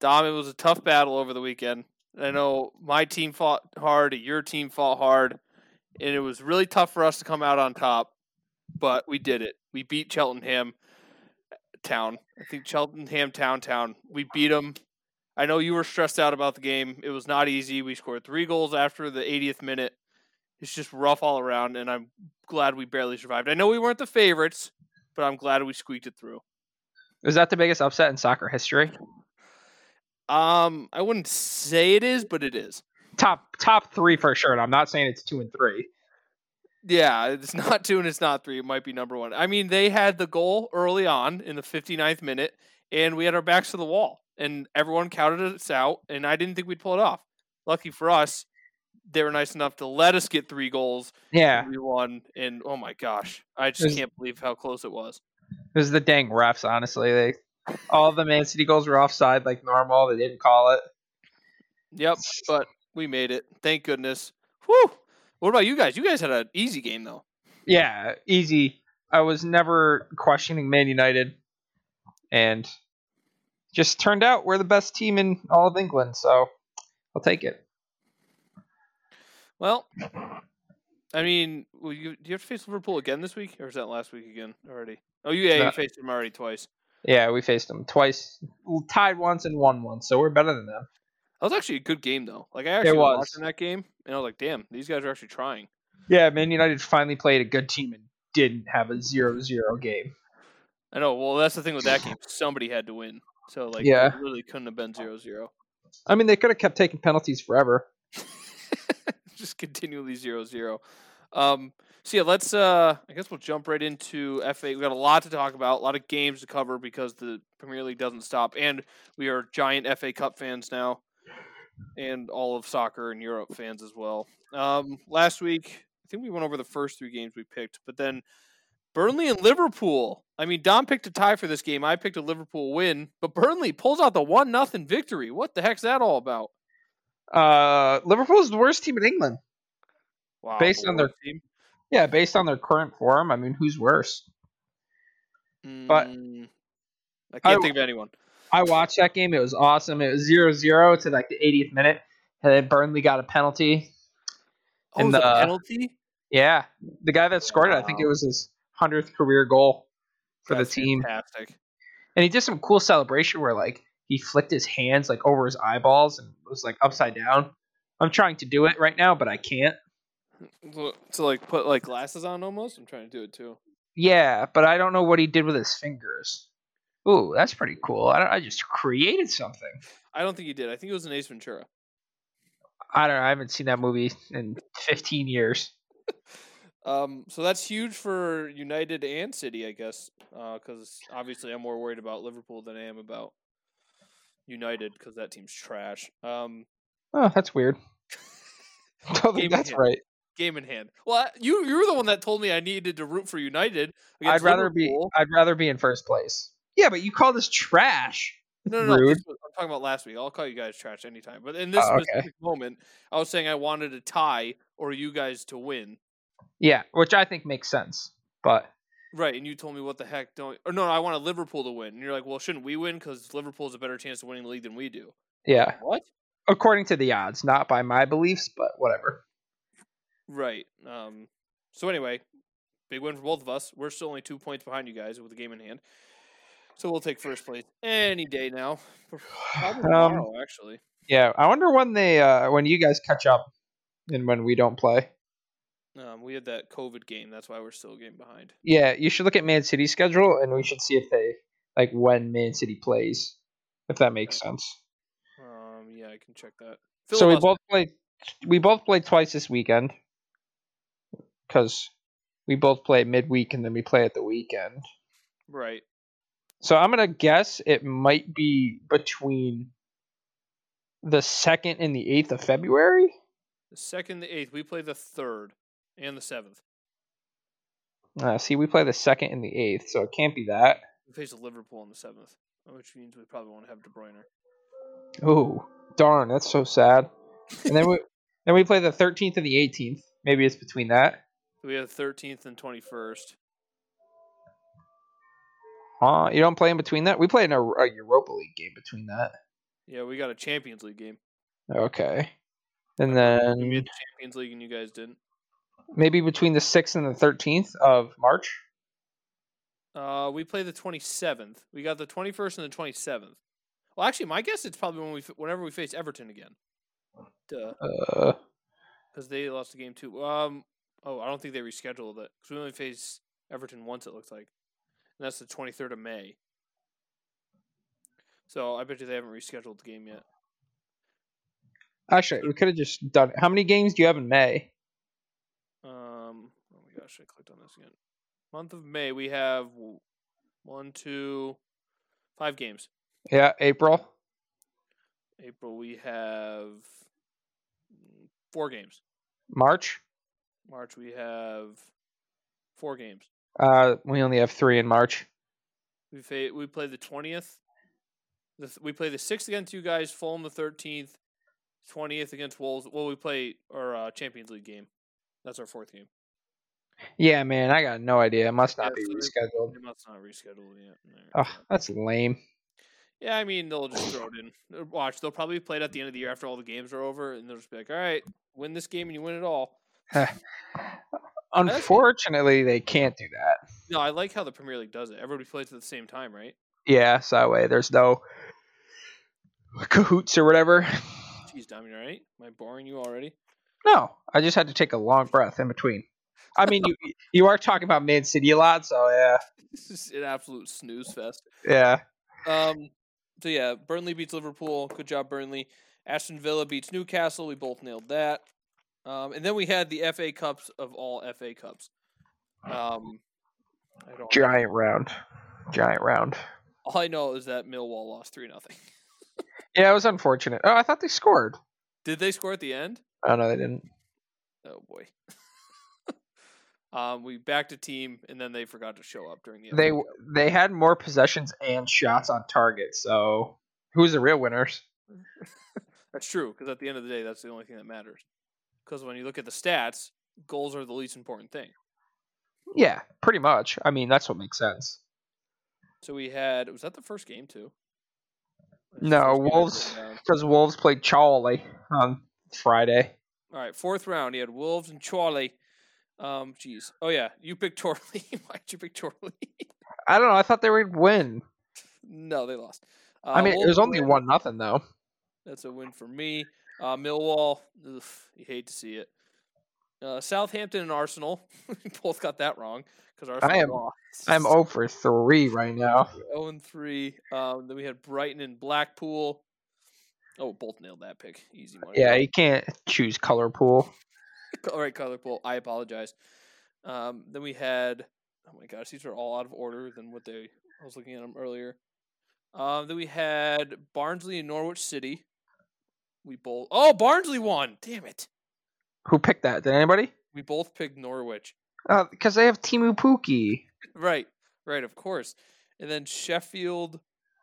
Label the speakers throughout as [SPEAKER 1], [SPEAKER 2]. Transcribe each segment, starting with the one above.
[SPEAKER 1] Dom, it was a tough battle over the weekend. I know my team fought hard, your team fought hard, and it was really tough for us to come out on top, but we did it. We beat Cheltenham Town. I think Cheltenham Town Town. We beat them. I know you were stressed out about the game. It was not easy. We scored three goals after the 80th minute. It's just rough all around, and I'm glad we barely survived. I know we weren't the favorites, but I'm glad we squeaked it through.
[SPEAKER 2] Is that the biggest upset in soccer history?
[SPEAKER 1] Um, I wouldn't say it is, but it is.
[SPEAKER 2] Top top three for sure. And I'm not saying it's two and three.
[SPEAKER 1] Yeah, it's not two and it's not three. It might be number one. I mean, they had the goal early on in the 59th minute, and we had our backs to the wall, and everyone counted us out, and I didn't think we'd pull it off. Lucky for us, they were nice enough to let us get three goals.
[SPEAKER 2] Yeah,
[SPEAKER 1] We won, and oh my gosh, I just
[SPEAKER 2] There's-
[SPEAKER 1] can't believe how close it was.
[SPEAKER 2] it was the dang refs. Honestly, they all the Man City goals were offside like normal. They didn't call it.
[SPEAKER 1] Yep, but we made it. Thank goodness. Whew. What about you guys? You guys had an easy game though.
[SPEAKER 2] Yeah, easy. I was never questioning Man United, and just turned out we're the best team in all of England. So I'll take it.
[SPEAKER 1] Well, I mean, will you, do you have to face Liverpool again this week, or is that last week again already? Oh, you- yeah, you
[SPEAKER 2] That-
[SPEAKER 1] faced them already twice.
[SPEAKER 2] Yeah, we faced them twice, tied once and won once, so we're better than them.
[SPEAKER 1] That was actually a good game though. Like I actually was.
[SPEAKER 2] was.
[SPEAKER 1] watching that game, and I was like, "Damn, these guys are actually trying."
[SPEAKER 2] Yeah, Man United finally played a good team and didn't have a zero-zero game.
[SPEAKER 1] I know. Well, that's the thing with that game. Somebody had to win, so like,
[SPEAKER 2] Yeah.
[SPEAKER 1] it really couldn't have been zero zero.
[SPEAKER 2] I mean, they could have kept taking penalties forever.
[SPEAKER 1] just continually zero zero. Um, so yeah, let's. Uh, I guess we'll jump right into F8. We got a lot to talk about, a lot of games to cover because the Premier League doesn't stop, and we are giant FA Cup fans now, and all of soccer and Europe fans as well. Um, last week, I think we went over the first three games we picked, but then Burnley and Liverpool. I mean, Don picked a tie for this game. I picked a Liverpool win, but Burnley pulls out the one nothing victory. What the heck's that all about?
[SPEAKER 2] Uh, Liverpool's the worst team in England.
[SPEAKER 1] Wow,
[SPEAKER 2] Based on their-
[SPEAKER 1] worst team.
[SPEAKER 2] Yeah, based on their current form, I mean, who's worse? But-
[SPEAKER 1] Mm, I
[SPEAKER 2] I
[SPEAKER 1] can't
[SPEAKER 2] w-
[SPEAKER 1] think of anyone.
[SPEAKER 2] I watched that game. It was awesome. It was 0-0 to like the 80th minute, and then Burnley got a penalty.
[SPEAKER 1] Oh,
[SPEAKER 2] in
[SPEAKER 1] it was a
[SPEAKER 2] the-
[SPEAKER 1] penalty
[SPEAKER 2] Yeah, the guy that scored it, I think it
[SPEAKER 1] Wow.
[SPEAKER 2] was his hundredth career goal for
[SPEAKER 1] That's
[SPEAKER 2] the team,
[SPEAKER 1] Fantastic.
[SPEAKER 2] and he did some cool celebration where like he flicked his hands like over his eyeballs and was like upside down. I'm trying to do it right now, but I can't.
[SPEAKER 1] Look, To like put like glasses on almost. I'm trying to do it too.
[SPEAKER 2] Yeah, but I don't know what he did with his fingers. Ooh, that's pretty cool. I, don't, I just created something.
[SPEAKER 1] I don't think he did. I think it was an Ace Ventura.
[SPEAKER 2] I don't know. I haven't seen that movie in 15 years.
[SPEAKER 1] Um, so that's huge for United and City, I guess, because obviously I'm more worried about Liverpool than I am about United because that team's trash. Um,
[SPEAKER 2] Oh, that's weird. Don't think
[SPEAKER 1] Game
[SPEAKER 2] that's
[SPEAKER 1] hand.
[SPEAKER 2] right.
[SPEAKER 1] game in hand. Well, I- you you were the one that told me I needed to root for United.
[SPEAKER 2] I'd
[SPEAKER 1] against
[SPEAKER 2] rather
[SPEAKER 1] Liverpool.
[SPEAKER 2] be. I'd rather be in first place. Yeah, but you call this trash.
[SPEAKER 1] No, no, no.
[SPEAKER 2] Rude.
[SPEAKER 1] This was, I'm talking about last week. I'll call you guys trash anytime. But in this
[SPEAKER 2] Oh, okay.
[SPEAKER 1] specific moment, I was saying I wanted a tie or you guys to win.
[SPEAKER 2] Yeah, which I think makes sense. But
[SPEAKER 1] Right. And you told me, what the heck don't. Or no, I wanted Liverpool to win. And you're like, well, shouldn't we win? Because Liverpool's a better chance of winning the league than we do.
[SPEAKER 2] yeah,
[SPEAKER 1] What?
[SPEAKER 2] according to the odds, not by my beliefs, but whatever.
[SPEAKER 1] Right. Um. So anyway, big win for both of us. We're still only two points behind you guys with a game in hand. So we'll take first place any day now. Probably
[SPEAKER 2] Um,
[SPEAKER 1] tomorrow, actually.
[SPEAKER 2] Yeah, I wonder when they uh when you guys catch up and when we don't play.
[SPEAKER 1] Um, we had that COVID game. That's why we're still a game behind.
[SPEAKER 2] Yeah, you should look at Man City's schedule and we should see if they like when Man City plays, if that makes sense.
[SPEAKER 1] Um, yeah, I can check that.
[SPEAKER 2] so we
[SPEAKER 1] Filibuster.
[SPEAKER 2] both played we both played twice this weekend because we both play midweek and then we play at the weekend
[SPEAKER 1] Right.
[SPEAKER 2] so i'm gonna guess it might be between the second and the eighth of february
[SPEAKER 1] The second, the eighth. We play the third and the seventh.
[SPEAKER 2] uh, see we play the second and the eighth so it can't be that
[SPEAKER 1] We face Liverpool on the seventh, which means we probably won't have De Bruyne.
[SPEAKER 2] oh darn that's so sad and then we then we play the 13th and the 18th maybe it's between that
[SPEAKER 1] We have thirteenth and twenty first.
[SPEAKER 2] uh, you don't play in between that we play in a, a europa league game between that
[SPEAKER 1] Yeah, we got a Champions League game.
[SPEAKER 2] Okay. And
[SPEAKER 1] We
[SPEAKER 2] then
[SPEAKER 1] made the Champions League and you guys didn't.
[SPEAKER 2] maybe between the 6th and the 13th of March.
[SPEAKER 1] Uh, we play the 27th. We got the 21st and the 27th. Well, actually, my guess it's probably when we f- whenever we face Everton again. Duh.
[SPEAKER 2] Uh,
[SPEAKER 1] Because they lost the game too. Um. Oh, I don't think they rescheduled it because we only face Everton once. It looks like, and that's the twenty third of May. So I bet you they haven't rescheduled the game yet.
[SPEAKER 2] actually, we could have just done it. How many games do you have in May?
[SPEAKER 1] Um. Oh my gosh, I clicked on this again. Month of May, we have w- one, two, five games.
[SPEAKER 2] Yeah, April.
[SPEAKER 1] April, we have mm, four games.
[SPEAKER 2] March.
[SPEAKER 1] March, we have four games.
[SPEAKER 2] Uh, we only have three in March.
[SPEAKER 1] We fa- we play the twentieth. The th- we play the sixth against you guys. Fulham the thirteenth, twentieth against Wolves. Well, we play our uh, Champions League game. That's our fourth game.
[SPEAKER 2] Yeah, man, I got no idea. It must not
[SPEAKER 1] Yeah,
[SPEAKER 2] be
[SPEAKER 1] so
[SPEAKER 2] rescheduled.
[SPEAKER 1] They must not reschedule it yet. There.
[SPEAKER 2] Oh, that's lame.
[SPEAKER 1] Yeah, I mean they'll just throw it in. Uh, Watch, they'll probably play it at the end of the year after all the games are over, and they'll just be like, "All right, win this game and you win it all."
[SPEAKER 2] Unfortunately, they can't do that.
[SPEAKER 1] No, I like how the Premier League does it. Everybody plays at the same time, right?
[SPEAKER 2] Yeah, so that way there's no cahoots or whatever.
[SPEAKER 1] Jeez, Diamond, right? Am I boring you already?
[SPEAKER 2] No, I just had to take a long breath in between. I mean, you you are talking about Man City a lot, so yeah,
[SPEAKER 1] This is an absolute snooze fest.
[SPEAKER 2] yeah.
[SPEAKER 1] Um. So yeah, Burnley beats Liverpool. Good job, Burnley. Aston Villa beats Newcastle. We both nailed that. Um, and then we had the FA Cups of all FA Cups. Um, I don't.
[SPEAKER 2] Giant round, giant round.
[SPEAKER 1] All I know is that Millwall lost three nothing.
[SPEAKER 2] Yeah, it was unfortunate. Oh, I thought they scored.
[SPEAKER 1] Did they score at the end?
[SPEAKER 2] Oh no, they didn't.
[SPEAKER 1] Oh boy. um, we backed a team, and then they forgot to show up during the.
[SPEAKER 2] They
[SPEAKER 1] FA Cup.
[SPEAKER 2] they had more possessions and shots on target. So who's the real winners?
[SPEAKER 1] That's true, because at the end of the day, that's the only thing that matters. Because when you look at the stats, goals are the least important thing.
[SPEAKER 2] Yeah, pretty much. I mean, that's what makes sense.
[SPEAKER 1] So we had was that the first game too? Or is the
[SPEAKER 2] No,
[SPEAKER 1] first game I've
[SPEAKER 2] Wolves
[SPEAKER 1] written down?
[SPEAKER 2] because Wolves played Charlie on Friday.
[SPEAKER 1] All right, fourth round. He had Wolves and Chorley. Um, jeez. Oh yeah, you picked Chorley. Why'd you pick Chorley?
[SPEAKER 2] I don't know. I thought they would win.
[SPEAKER 1] no, they lost. Uh,
[SPEAKER 2] I mean, it was
[SPEAKER 1] Wolves
[SPEAKER 2] only
[SPEAKER 1] win.
[SPEAKER 2] one nothing though.
[SPEAKER 1] That's a win for me. Uh, Millwall. Ugh, you hate to see it. Uh, Southampton and Arsenal. we both got that wrong because Arsenal
[SPEAKER 2] am-
[SPEAKER 1] lost.
[SPEAKER 2] I'm 0 for three right now.
[SPEAKER 1] zero and three. Um, then we had Brighton and Blackpool. Oh, both nailed that pick. Easy money.
[SPEAKER 2] Yeah, you can't choose color pool.
[SPEAKER 1] All right, color pool. I apologize. Um, then we had. Oh my gosh, these are all out of order than what they. I was looking at them earlier. Um, then we had Barnsley and Norwich City. We both. Oh, Barnsley won. Damn it.
[SPEAKER 2] Who picked that? Did anybody?
[SPEAKER 1] We both picked Norwich.
[SPEAKER 2] Because they have Timu Puki.
[SPEAKER 1] Right. Right. Of course. And then Sheffield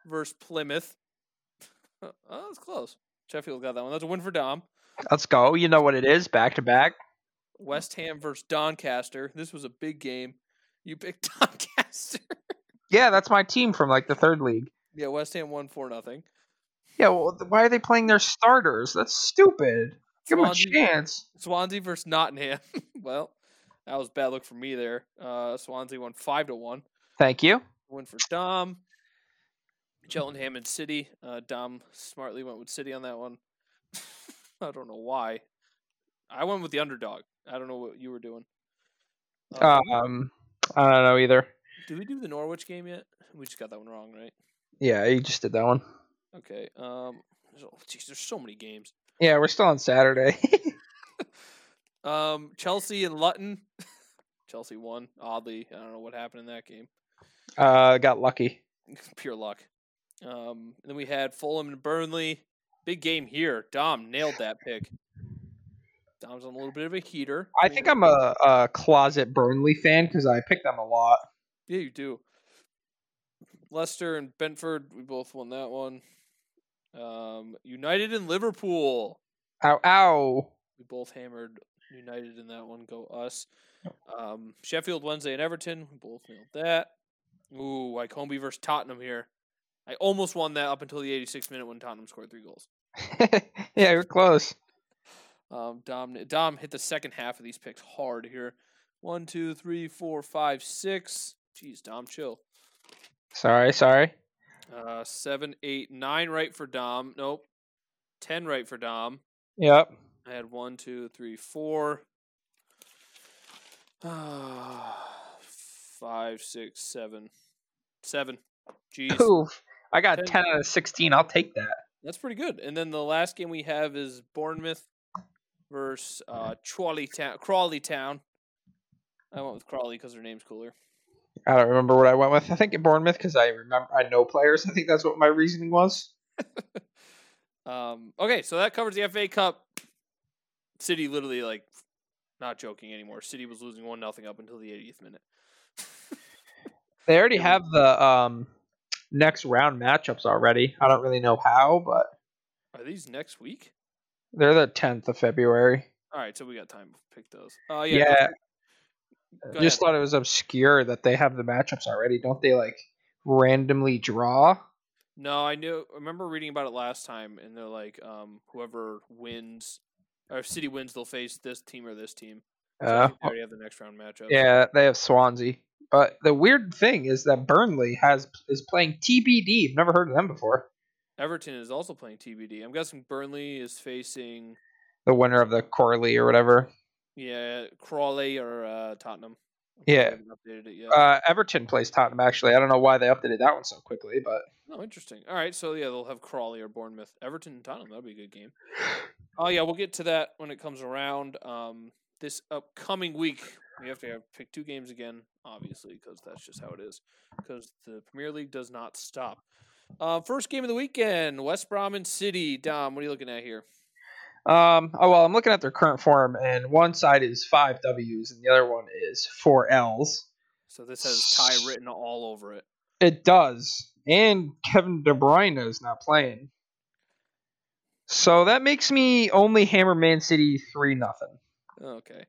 [SPEAKER 1] versus Plymouth. Oh, that's close. Sheffield got that one. That's a win for Dom.
[SPEAKER 2] Let's go. You know what it is. Back to back.
[SPEAKER 1] West Ham versus Doncaster. This was a big game. You picked Doncaster.
[SPEAKER 2] Yeah, that's my team from like the third league.
[SPEAKER 1] yeah, West Ham won four nothing.
[SPEAKER 2] Yeah, well, th- why are they playing their starters? That's stupid. Give them a
[SPEAKER 1] Swansea-
[SPEAKER 2] chance.
[SPEAKER 1] Swansea versus Nottingham. well, that was bad luck for me there. Uh, Swansea won five to one.
[SPEAKER 2] Thank you.
[SPEAKER 1] Win for Dom. Cheltenham and City. Uh, Dom smartly went with City on that one. I don't know why. I went with the underdog. I don't know what you were doing. Uh,
[SPEAKER 2] Um, I don't know either.
[SPEAKER 1] did we do the Norwich game yet? We just got that one wrong, right?
[SPEAKER 2] Yeah, you just did that one.
[SPEAKER 1] Okay. Um. There's, oh, geez, there's so many games.
[SPEAKER 2] Yeah, we're still on Saturday.
[SPEAKER 1] Um, Chelsea and Luton. Chelsea won. Oddly, I don't know what happened in that game.
[SPEAKER 2] uh, got lucky.
[SPEAKER 1] Pure luck. Um, and then we had Fulham and Burnley. Big game here. Dom nailed that pick. Dom's on a little bit of a heater.
[SPEAKER 2] I think I'm a, a closet Burnley fan because I picked them a lot.
[SPEAKER 1] Yeah, you do. Leicester and Brentford. We both won that one. Um, United and Liverpool.
[SPEAKER 2] Ow, ow.
[SPEAKER 1] We both hammered United in that one. Go us. Um, Sheffield Wednesday and Everton. We both nailed that. Ooh, Wycombe versus Tottenham here. I almost won that up until the 86th minute when Tottenham scored three goals.
[SPEAKER 2] yeah, you're close.
[SPEAKER 1] Um, Dom Dom hit the second half of these picks hard here. One, two, three, four, five, six. Jeez, Dom, chill.
[SPEAKER 2] Sorry, sorry.
[SPEAKER 1] Uh, seven, eight, nine right for Dom. Nope. Ten right for Dom.
[SPEAKER 2] Yep.
[SPEAKER 1] I had one, two, three, four. Ah, Five, six, seven. Seven. Jeez.
[SPEAKER 2] Oof. I got
[SPEAKER 1] Ten.
[SPEAKER 2] 10 out of 16. I'll take that.
[SPEAKER 1] That's pretty good. And then the last game we have is Bournemouth versus uh, Crawley Town. Crawley Town. I went with Crawley because their name's cooler.
[SPEAKER 2] I don't remember what I went with. I think at Bournemouth because I remember I know players. I think that's what my reasoning was.
[SPEAKER 1] Um, okay, so that covers the FA Cup. City literally like not joking anymore. City was losing one nothing up until the 80th minute.
[SPEAKER 2] They already have the um, next round matchups already. I don't really know how, but
[SPEAKER 1] Are these next week?
[SPEAKER 2] they're the 10th of February.
[SPEAKER 1] All right, so we got time to pick those. Oh yeah, go-
[SPEAKER 2] Yeah,
[SPEAKER 1] go
[SPEAKER 2] just
[SPEAKER 1] ahead.
[SPEAKER 2] thought it was obscure that they have the matchups already. Don't they like randomly draw?
[SPEAKER 1] No, I knew. I remember reading about it last time, and they're like, um, whoever wins, or if City wins, they'll face this team or this team. So I
[SPEAKER 2] Uh,
[SPEAKER 1] think they already have the next round matchup.
[SPEAKER 2] yeah, they have Swansea. But the weird thing is that Burnley has is playing TBD. I've never heard of them before.
[SPEAKER 1] Everton is also playing TBD. I'm guessing Burnley is facing
[SPEAKER 2] The winner of the Corley or whatever.
[SPEAKER 1] yeah Crawley or uh, Tottenham. I
[SPEAKER 2] Yeah.
[SPEAKER 1] haven't updated it yet.
[SPEAKER 2] Uh, Everton plays Tottenham. Actually, I don't know why they updated that one so quickly, but
[SPEAKER 1] oh, interesting. All right, so yeah, they'll have Crawley or Bournemouth, Everton, and Tottenham. That'll be a good game. Oh yeah, we'll get to that when it comes around. Um, this upcoming week, we have to have, pick two games again, obviously, because that's just how it is. Because the Premier League does not stop. Uh, first game of the weekend, West Brom and City. Dom, what are you looking at here?
[SPEAKER 2] Um, oh well, I'm looking at their current form, and one side is five W's, and the other one is four L's.
[SPEAKER 1] So this has tie written all over it.
[SPEAKER 2] It does, and Kevin De Bruyne is not playing, so that makes me only hammer Man City three nothing.
[SPEAKER 1] Okay.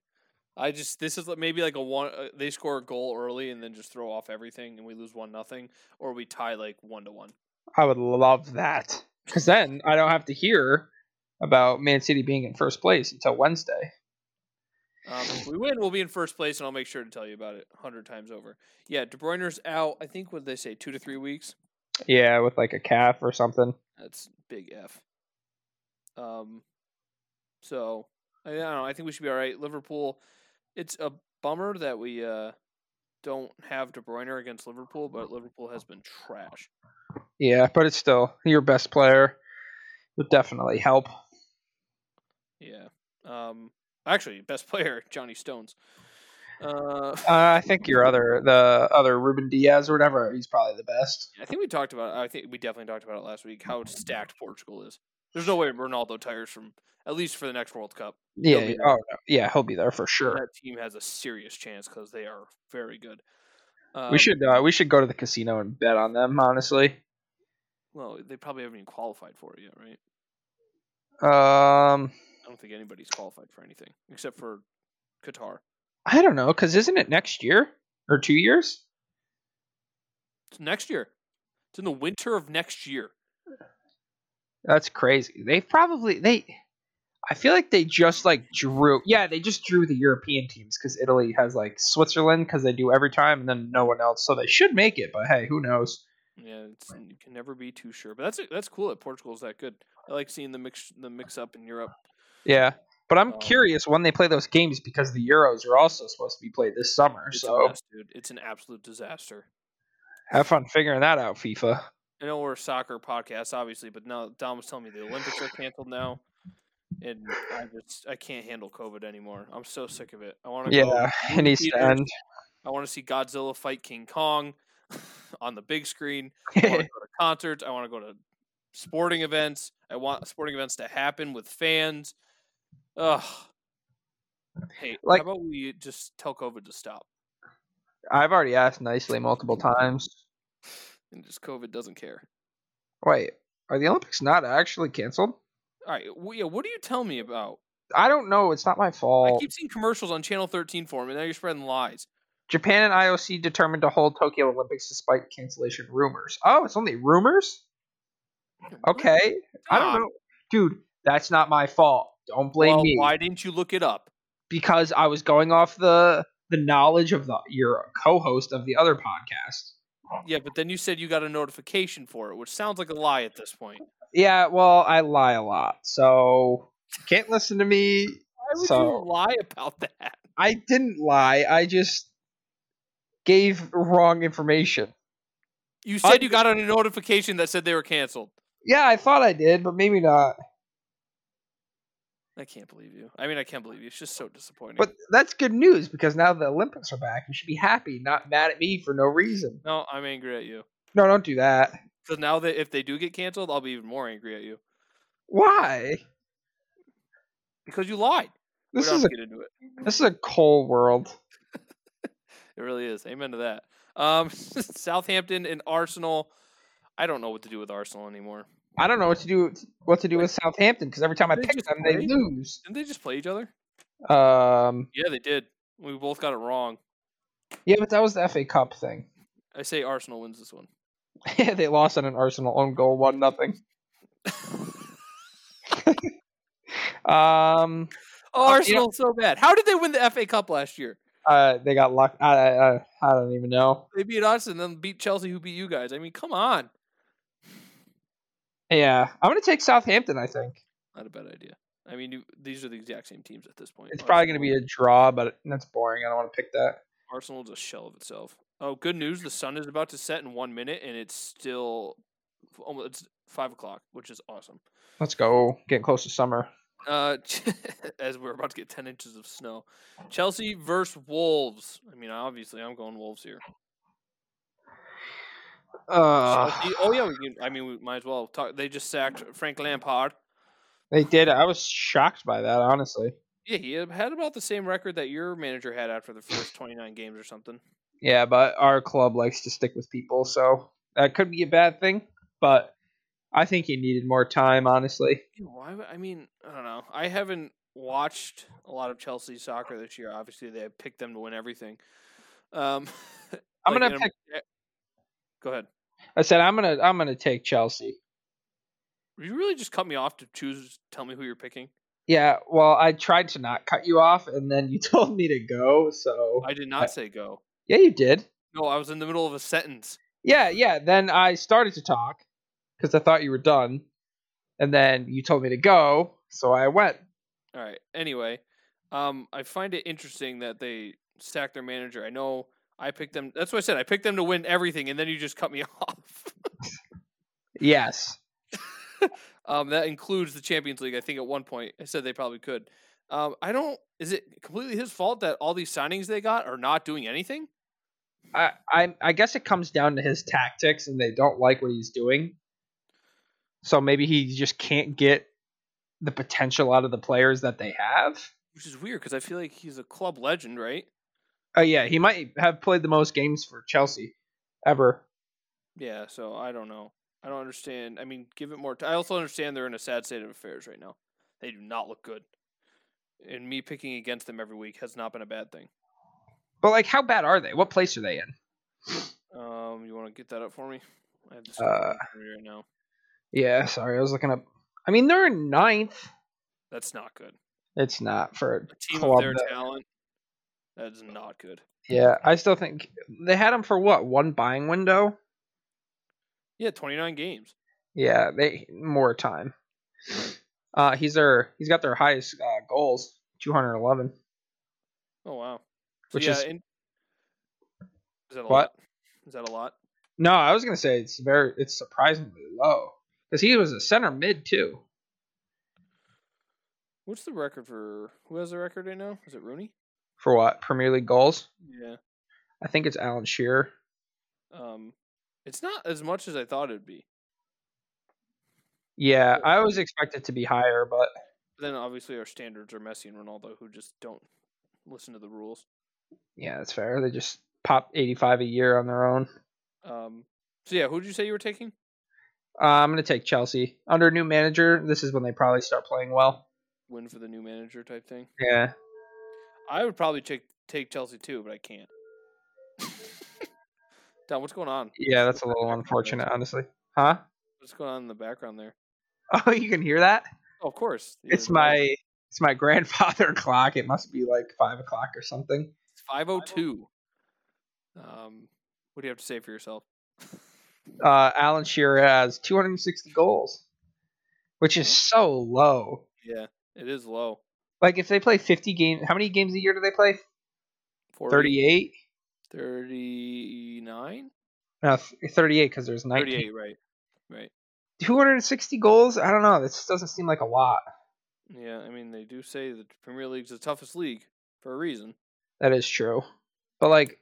[SPEAKER 1] I just this is like- maybe like a one. Uh, they score a goal early and then just throw off everything, and we lose one nothing, or we tie like one to one.
[SPEAKER 2] I would love that, because then I don't have to hear about Man City being in first place until Wednesday.
[SPEAKER 1] Um, if we win, we'll be in first place, and I'll make sure to tell you about it hundred times over. Yeah, De Bruyne's out. I think what did they say, two to three weeks.
[SPEAKER 2] Yeah, with like a calf or something.
[SPEAKER 1] That's big F. Um, so I don't know. I think we should be all right. Liverpool. It's a bummer that we uh don't have De Bruyne against Liverpool, but Liverpool has been trash.
[SPEAKER 2] Yeah, but it's still your best player would definitely help.
[SPEAKER 1] Yeah. Um. Actually, best player Johnny Stones. Uh.
[SPEAKER 2] Uh, I think your other, the other Ruben Diaz or whatever, he's probably the best.
[SPEAKER 1] I think we talked about. I think we definitely talked about it last week. How stacked Portugal is. There's no way Ronaldo tires from at least for the next World Cup.
[SPEAKER 2] Yeah.
[SPEAKER 1] be there.
[SPEAKER 2] Oh no. Yeah, he'll be there for sure.
[SPEAKER 1] That team has a serious chance because they are very good. Um,
[SPEAKER 2] we should uh, we should go to the casino and bet on them. Honestly.
[SPEAKER 1] Um, Well, they probably haven't even qualified for it yet, right?
[SPEAKER 2] Um,
[SPEAKER 1] I don't think anybody's qualified for anything except for Qatar.
[SPEAKER 2] I don't know, cause isn't it next year or two years?
[SPEAKER 1] It's next year. It's in the winter of next year.
[SPEAKER 2] That's crazy. They probably they. I feel like they just like drew. Yeah, they just drew the European teams because Italy has like Switzerland because they do every time, and then no one else. So they should make it, but hey, who knows?
[SPEAKER 1] Yeah, it's, you can never be too sure. But that's that's cool that Portugal's that good. I like seeing the mix the mix up in Europe.
[SPEAKER 2] Yeah, but I'm
[SPEAKER 1] Um,
[SPEAKER 2] curious when they play those games because the Euros are also supposed to be played this summer.
[SPEAKER 1] It's
[SPEAKER 2] So
[SPEAKER 1] a mess, dude. It's an absolute disaster.
[SPEAKER 2] Have fun figuring that out, FIFA.
[SPEAKER 1] I know we're a soccer podcast, obviously, but now Dom was telling me the Olympics are canceled now, and I just I can't handle COVID anymore. I'm so sick of it. I want to
[SPEAKER 2] Yeah,
[SPEAKER 1] go
[SPEAKER 2] it needs to
[SPEAKER 1] theaters.
[SPEAKER 2] end.
[SPEAKER 1] I want to see Godzilla fight King Kong on the big screen. I want to go to concerts. I want to go to sporting events. I want sporting events to happen with fans. Ugh. Hey,
[SPEAKER 2] Like-
[SPEAKER 1] how about we just tell COVID to stop?
[SPEAKER 2] I've already asked nicely multiple times.
[SPEAKER 1] And just COVID doesn't care.
[SPEAKER 2] Wait, are the Olympics not actually canceled?
[SPEAKER 1] All right. wh- yeah, what do you tell me about?
[SPEAKER 2] I don't know. It's not my
[SPEAKER 1] I
[SPEAKER 2] fault.
[SPEAKER 1] keep seeing commercials on Channel 13 for him, and now you're spreading lies.
[SPEAKER 2] Japan and IOC determined to hold Tokyo Olympics despite cancellation rumors. Oh, it's only rumors? Okay. I don't know. Dude, that's not my fault. Don't blame
[SPEAKER 1] Well,
[SPEAKER 2] me.
[SPEAKER 1] why didn't you look it up?
[SPEAKER 2] Because I was going off the the knowledge of the your co-host of the other podcast.
[SPEAKER 1] Yeah, but then you said you got a notification for it, which sounds like a lie at this point.
[SPEAKER 2] Yeah, well, I lie a lot. So, can't listen to me.
[SPEAKER 1] Why would
[SPEAKER 2] So-
[SPEAKER 1] you lie about that?
[SPEAKER 2] I didn't lie. I just gave wrong information.
[SPEAKER 1] You
[SPEAKER 2] I-
[SPEAKER 1] said you got a notification that said they were canceled.
[SPEAKER 2] Yeah, I thought I did, but maybe not.
[SPEAKER 1] I can't believe you. I mean, I can't believe you. It's just so disappointing.
[SPEAKER 2] But that's good news because now the Olympics are back. You should be happy, not mad at me for no reason.
[SPEAKER 1] no, I'm angry at you.
[SPEAKER 2] No, don't do that.
[SPEAKER 1] Because now that if they do get canceled, I'll be even more angry at you
[SPEAKER 2] Why?
[SPEAKER 1] because you lied.
[SPEAKER 2] This
[SPEAKER 1] we don't have
[SPEAKER 2] is a
[SPEAKER 1] to get into it.
[SPEAKER 2] this is a cold world.
[SPEAKER 1] It really is. Amen to that. Um, Southampton and Arsenal. I don't know what to do with Arsenal anymore.
[SPEAKER 2] I don't know what to do what to do with Southampton because every time I
[SPEAKER 1] They
[SPEAKER 2] pick
[SPEAKER 1] just
[SPEAKER 2] them, they
[SPEAKER 1] played.
[SPEAKER 2] lose.
[SPEAKER 1] Didn't they just play each other?
[SPEAKER 2] Um,
[SPEAKER 1] Yeah, they did. We both got it wrong.
[SPEAKER 2] yeah, but that was the FA Cup thing.
[SPEAKER 1] I say Arsenal wins this one.
[SPEAKER 2] they lost on an Arsenal own goal, one nothing. Um,
[SPEAKER 1] Oh,
[SPEAKER 2] you
[SPEAKER 1] Arsenal so bad. How did they win the FA Cup last year?
[SPEAKER 2] uh, they got luck. I, I I- I don't even know.
[SPEAKER 1] They beat us and then beat Chelsea, who beat you guys. I mean, come on.
[SPEAKER 2] Yeah, I'm gonna take Southampton. I think
[SPEAKER 1] Not a bad idea. I mean, you, these are the exact same teams at this point.
[SPEAKER 2] it's probably gonna be a draw, but that's boring. I don't want to pick that.
[SPEAKER 1] Arsenal's a shell of itself. Oh, good news! The sun is about to set in one minute, and it's still f- almost it's five o'clock, which is awesome.
[SPEAKER 2] Let's go. Getting close to summer.
[SPEAKER 1] Uh, as we're about to get ten inches of snow, Chelsea versus Wolves. I mean, obviously, I'm going Wolves here.
[SPEAKER 2] Uh,
[SPEAKER 1] Chelsea- oh yeah, we can, I mean, we might as well talk. They just sacked Frank Lampard.
[SPEAKER 2] they did. I was shocked by that, honestly.
[SPEAKER 1] Yeah, he had had about the same record that your manager had after the first 29 games or something.
[SPEAKER 2] Yeah, but our club likes to stick with people, so that could be a bad thing. But I think he needed more time, honestly.
[SPEAKER 1] Yeah, Why? would- I mean, I don't know. I haven't watched a lot of Chelsea soccer this year. Obviously, they picked them to win everything. Um,
[SPEAKER 2] I'm
[SPEAKER 1] like,
[SPEAKER 2] gonna
[SPEAKER 1] in a-
[SPEAKER 2] pick.
[SPEAKER 1] Go ahead.
[SPEAKER 2] I said I'm gonna. I'm gonna take Chelsea.
[SPEAKER 1] You really just cut me off to choose. Tell me who you're picking.
[SPEAKER 2] Yeah. Well, I tried to not cut you off, and then you told me to go. So
[SPEAKER 1] I did not say go.
[SPEAKER 2] yeah, you did.
[SPEAKER 1] No, I was in the middle of a sentence.
[SPEAKER 2] Yeah, yeah. Then I started to talk because I thought you were done, and then you told me to go, so I went.
[SPEAKER 1] All right. Anyway, um, I find it interesting that they sacked their manager. I know I picked them. That's what I said. I picked them to win everything, and then you just cut me off.
[SPEAKER 2] Yes.
[SPEAKER 1] Um, that includes the Champions League. I think at one point I said they probably could. Um, I don't. Is it completely his fault that all these signings they got are not doing anything?
[SPEAKER 2] I, I I guess it comes down to his tactics, and they don't like what he's doing. So maybe he just can't get the potential out of the players that they have.
[SPEAKER 1] Which is weird because I feel like he's a club legend, right?
[SPEAKER 2] Oh yeah, he might have played the most games for Chelsea ever.
[SPEAKER 1] Yeah. So I don't know. I don't understand. I mean, give it more. T- I also understand they're in a sad state of affairs right now. They do not look good, and me picking against them every week has not been a bad thing.
[SPEAKER 2] But like, how bad are they? What place are they in?
[SPEAKER 1] Um, you want to get that up for me? I have this
[SPEAKER 2] Uh,
[SPEAKER 1] right now.
[SPEAKER 2] Yeah, sorry, I was looking up. I mean, they're in ninth.
[SPEAKER 1] That's not good.
[SPEAKER 2] It's not for
[SPEAKER 1] A team
[SPEAKER 2] club
[SPEAKER 1] of their
[SPEAKER 2] that-
[SPEAKER 1] talent. That is not good.
[SPEAKER 2] Yeah, I still think they had him for what one buying window.
[SPEAKER 1] Yeah, 29 games.
[SPEAKER 2] Yeah, they more time. Uh, he's their he's got their highest uh, goals, two hundred eleven.
[SPEAKER 1] Oh wow. So,
[SPEAKER 2] Which
[SPEAKER 1] yeah,
[SPEAKER 2] is-
[SPEAKER 1] in- is that a
[SPEAKER 2] What?
[SPEAKER 1] lot? Is that a lot?
[SPEAKER 2] No, I was gonna say it's very it's surprisingly low because he was a center mid too.
[SPEAKER 1] What's the record for who has the record right now? Is it Rooney?
[SPEAKER 2] For what Premier League goals?
[SPEAKER 1] Yeah.
[SPEAKER 2] I think it's Alan Shearer.
[SPEAKER 1] Um, it's not as much as I thought it'd be.
[SPEAKER 2] Yeah, I always expect it to be higher, but
[SPEAKER 1] But then obviously our standards are Messi and Ronaldo, who just don't listen to the rules.
[SPEAKER 2] yeah, that's fair. They just pop eighty five a year on their own.
[SPEAKER 1] Um, so yeah, who did you say you were taking?
[SPEAKER 2] Uh, I'm gonna take Chelsea under new manager. This is when they probably start playing well.
[SPEAKER 1] Win for the new manager type thing.
[SPEAKER 2] Yeah,
[SPEAKER 1] I would probably take take Chelsea too, but I can't. Don, what's going on?
[SPEAKER 2] Yeah, that's a little unfortunate, honestly. Huh?
[SPEAKER 1] What's going on in the background there?
[SPEAKER 2] Oh, you can hear that?
[SPEAKER 1] Oh, of course. the
[SPEAKER 2] It's
[SPEAKER 1] internet.
[SPEAKER 2] my it's my grandfather clock. It must be like five o'clock or something.
[SPEAKER 1] It's 502. Um, what do you have to say for yourself?
[SPEAKER 2] Uh, Alan Shearer has 260 goals, which is
[SPEAKER 1] Mm-hmm.
[SPEAKER 2] so low.
[SPEAKER 1] Yeah, it is low.
[SPEAKER 2] Like if they play 50 games, how many games a year do they play?
[SPEAKER 1] 40,
[SPEAKER 2] 38.
[SPEAKER 1] 39?
[SPEAKER 2] No, th- 38 because there's 19.
[SPEAKER 1] 38, right.
[SPEAKER 2] 260 goals. I don't know. This doesn't seem like a lot.
[SPEAKER 1] Yeah, I mean, they do say that the Premier League's the toughest league for a reason.
[SPEAKER 2] That is true. But like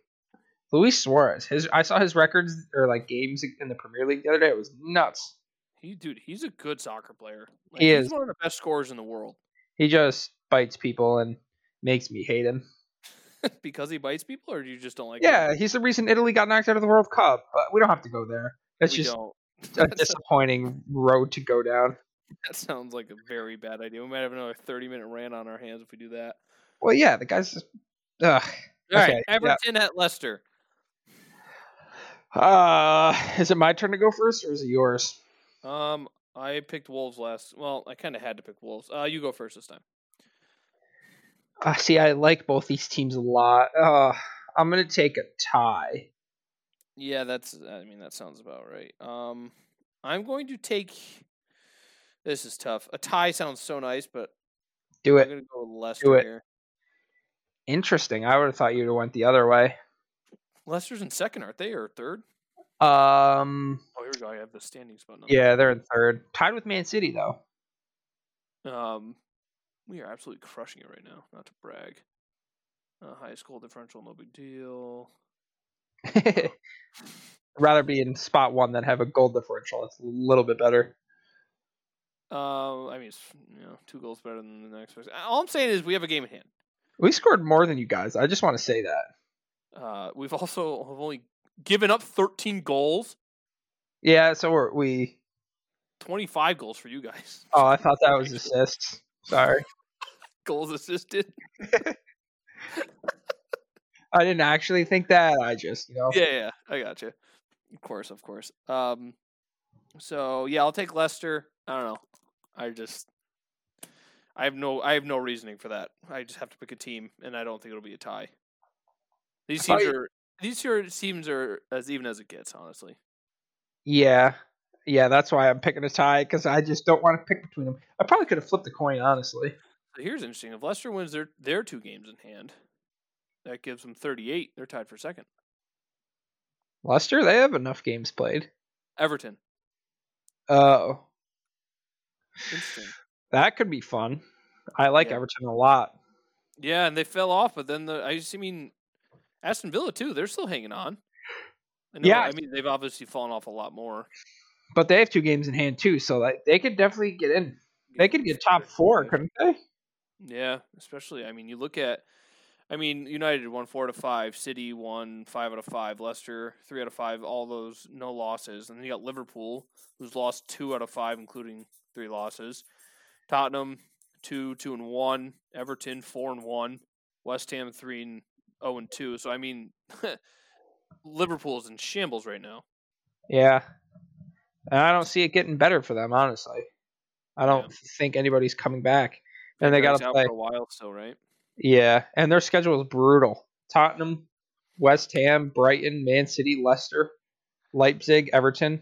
[SPEAKER 2] Luis Suarez, his I saw his records or like games in the Premier League the other day. It was nuts.
[SPEAKER 1] He, dude, he's a good soccer player.
[SPEAKER 2] He
[SPEAKER 1] he's
[SPEAKER 2] is.
[SPEAKER 1] one of the best scorers in the world
[SPEAKER 2] He just bites people and makes me hate him.
[SPEAKER 1] because he bites people, or you just don't like? him?
[SPEAKER 2] Yeah, he's the reason Italy got knocked out of the World Cup. But we don't have to go there. That's
[SPEAKER 1] we
[SPEAKER 2] just
[SPEAKER 1] don't.
[SPEAKER 2] a disappointing road to go down.
[SPEAKER 1] That sounds like a very bad idea. We might have another thirty-minute rant on our hands if we do that.
[SPEAKER 2] Well, yeah, the guy's just. Ugh.
[SPEAKER 1] All right,
[SPEAKER 2] Okay, yeah.
[SPEAKER 1] Everton at Leicester.
[SPEAKER 2] Uh, is it my turn to go first or is it yours?
[SPEAKER 1] Um, I picked Wolves last. Well, I kind of had to pick Wolves. Uh, you go first this time.
[SPEAKER 2] Uh, see, I like both these teams a lot. Uh, I'm going to take a tie.
[SPEAKER 1] Yeah, that's. I mean, that sounds about right. Um, I'm going to take. This is tough. A tie sounds so nice, but
[SPEAKER 2] Do
[SPEAKER 1] I'm
[SPEAKER 2] it.
[SPEAKER 1] going to go with Leicester
[SPEAKER 2] it.
[SPEAKER 1] here.
[SPEAKER 2] Interesting. I would have thought you'd have went the other way.
[SPEAKER 1] Leicester's in second, aren't they, or third?
[SPEAKER 2] Um,
[SPEAKER 1] Oh, here we go. I have the standings button. up.
[SPEAKER 2] yeah, they're in third, tied with Man City though.
[SPEAKER 1] Um, we are absolutely crushing it right now. Not to brag. Uh, highest goal differential, no big deal.
[SPEAKER 2] Rather be in spot one than have a goal differential. It's a little bit better.
[SPEAKER 1] Um, I mean, it's, you know, two goals better than the next person. All I'm saying is we have a game in hand.
[SPEAKER 2] We scored more than you guys. I just want to say that.
[SPEAKER 1] Uh, we've also have only given up 13 goals,
[SPEAKER 2] Yeah. So we're, we.
[SPEAKER 1] 25 goals for you guys.
[SPEAKER 2] Oh, I thought that was assists. Sorry,
[SPEAKER 1] Goals assisted.
[SPEAKER 2] I didn't actually think that. I just, you know,
[SPEAKER 1] Yeah, yeah, I gotcha. Of course, of course. Um, so yeah, I'll take Leicester. I don't know. I just, I have no, I have no reasoning for that. I just have to pick a team, and I don't think it'll be a tie. These
[SPEAKER 2] I thought
[SPEAKER 1] teams
[SPEAKER 2] you-
[SPEAKER 1] are these here teams are as even as it gets, honestly.
[SPEAKER 2] yeah, yeah. That's why I'm picking a tie because I just don't want to pick between them. I probably could have flipped the coin, honestly.
[SPEAKER 1] So here's interesting. If Leicester wins their their two games in hand, that gives them 38. They're tied for second.
[SPEAKER 2] Leicester, they have enough games played.
[SPEAKER 1] Everton,
[SPEAKER 2] Oh,
[SPEAKER 1] interesting.
[SPEAKER 2] that could be fun. I like
[SPEAKER 1] Yeah.
[SPEAKER 2] Everton a lot.
[SPEAKER 1] Yeah, and they fell off, but then the I just I mean Aston Villa too, they're still hanging on. I know,
[SPEAKER 2] Yeah.
[SPEAKER 1] I mean they've obviously fallen off a lot more.
[SPEAKER 2] But they have two games in hand too, so like they could definitely get in. They could get top four, couldn't they?
[SPEAKER 1] Yeah, especially I mean you look at I mean United won four out of five, City won five out of five, Leicester three out of five, all those no losses. And then you got Liverpool, who's lost two out of five, including three losses. Tottenham two, two and one, Everton four and one, West Ham three and oh and two. So I mean Liverpool's in shambles right now.
[SPEAKER 2] Yeah. And I don't see it getting better for them, honestly. I don't think anybody's coming back. And they got
[SPEAKER 1] Fabregas's
[SPEAKER 2] to
[SPEAKER 1] out
[SPEAKER 2] play.
[SPEAKER 1] for a while still, right?
[SPEAKER 2] Yeah, and their schedule is brutal. Tottenham, West Ham, Brighton, Man City, Leicester, Leipzig, Everton.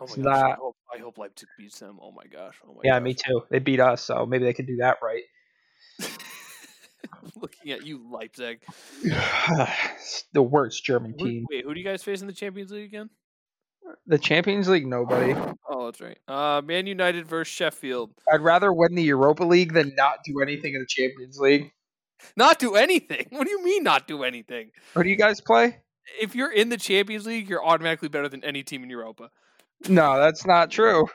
[SPEAKER 1] Oh my
[SPEAKER 2] It's
[SPEAKER 1] gosh! I
[SPEAKER 2] not-
[SPEAKER 1] hope I hope Leipzig beats them. Oh my gosh! Oh my
[SPEAKER 2] yeah,
[SPEAKER 1] gosh.
[SPEAKER 2] me too. They beat us, so maybe they could do that right.
[SPEAKER 1] Looking at you, Leipzig.
[SPEAKER 2] It's the worst German
[SPEAKER 1] Who,
[SPEAKER 2] team.
[SPEAKER 1] wait, who do you guys face in the Champions League again?
[SPEAKER 2] The Champions League, nobody.
[SPEAKER 1] Oh, that's right. Uh, Man United versus Sheffield.
[SPEAKER 2] I'd rather win the Europa League than not do anything in the Champions League.
[SPEAKER 1] Not do anything. What do you mean not do anything?
[SPEAKER 2] Who do you guys play?
[SPEAKER 1] If you're in the Champions League, you're automatically better than any team in Europa
[SPEAKER 2] No, that's not true.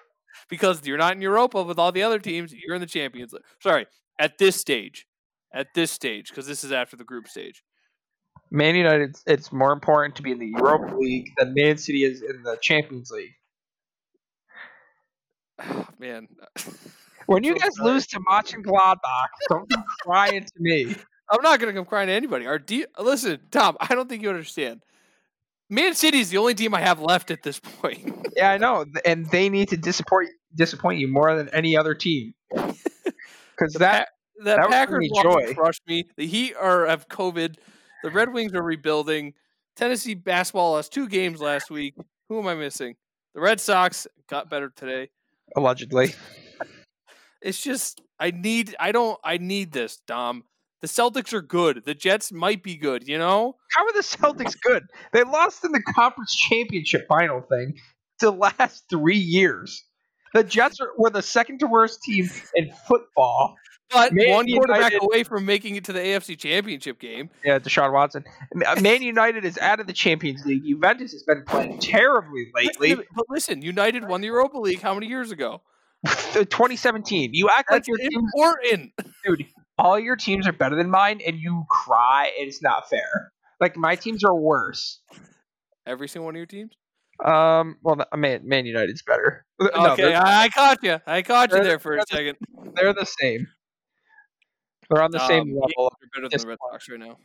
[SPEAKER 1] because you're not in Europa with all the other teams. You're in the Champions League. Sorry, at this stage, at this stage, because this is after the group stage.
[SPEAKER 2] Man United, it's more important to be in the Europa League than Man City is in the Champions League.
[SPEAKER 1] Ah, Man,
[SPEAKER 2] When you
[SPEAKER 1] So
[SPEAKER 2] guys
[SPEAKER 1] sorry.
[SPEAKER 2] lose to Mach and Gladbach, don't be crying to me.
[SPEAKER 1] I'm not gonna come crying to anybody. Our D listen, Tom, I don't think you understand. Man City is the only team I have left at this point.
[SPEAKER 2] Yeah, I know, and they need to disappoint disappoint you more than any other team. Because that
[SPEAKER 1] That,
[SPEAKER 2] That was
[SPEAKER 1] Packers
[SPEAKER 2] pretty
[SPEAKER 1] walk
[SPEAKER 2] joy.
[SPEAKER 1] crushed me. The Heat are have COVID. The Red Wings are rebuilding. Tennessee basketball lost two games last week. Who am I missing? The Red Sox got better today.
[SPEAKER 2] allegedly,
[SPEAKER 1] It's just I need I don't I need this, Dom. The Celtics are good. The Jets might be good, you know?
[SPEAKER 2] how are the Celtics good? They lost in the conference championship final thing the last three years. The Jets are, were the second to worst team in football.
[SPEAKER 1] But
[SPEAKER 2] Man
[SPEAKER 1] one quarterback
[SPEAKER 2] United-
[SPEAKER 1] away from making it to the AFC championship game.
[SPEAKER 2] Yeah, Deshaun Watson. uh, Man United is out of the Champions League. Juventus has been playing terribly lately.
[SPEAKER 1] Listen to- But listen, United won the Europa League how many years ago?
[SPEAKER 2] 2017. You act like
[SPEAKER 1] That's
[SPEAKER 2] your team,
[SPEAKER 1] important.
[SPEAKER 2] dude. All your teams are better than mine, and you cry. And it's not fair. Like my teams are worse.
[SPEAKER 1] Every single one of your teams.
[SPEAKER 2] Um. Well, no, Man, Man United's better. No,
[SPEAKER 1] okay,
[SPEAKER 2] they're,
[SPEAKER 1] I, I caught you. I caught you
[SPEAKER 2] They're-
[SPEAKER 1] there for a
[SPEAKER 2] they're the
[SPEAKER 1] second.
[SPEAKER 2] they're the same. They're on the
[SPEAKER 1] Um,
[SPEAKER 2] same
[SPEAKER 1] yeah,
[SPEAKER 2] level.
[SPEAKER 1] They're better than
[SPEAKER 2] Just
[SPEAKER 1] the Red Sox right now.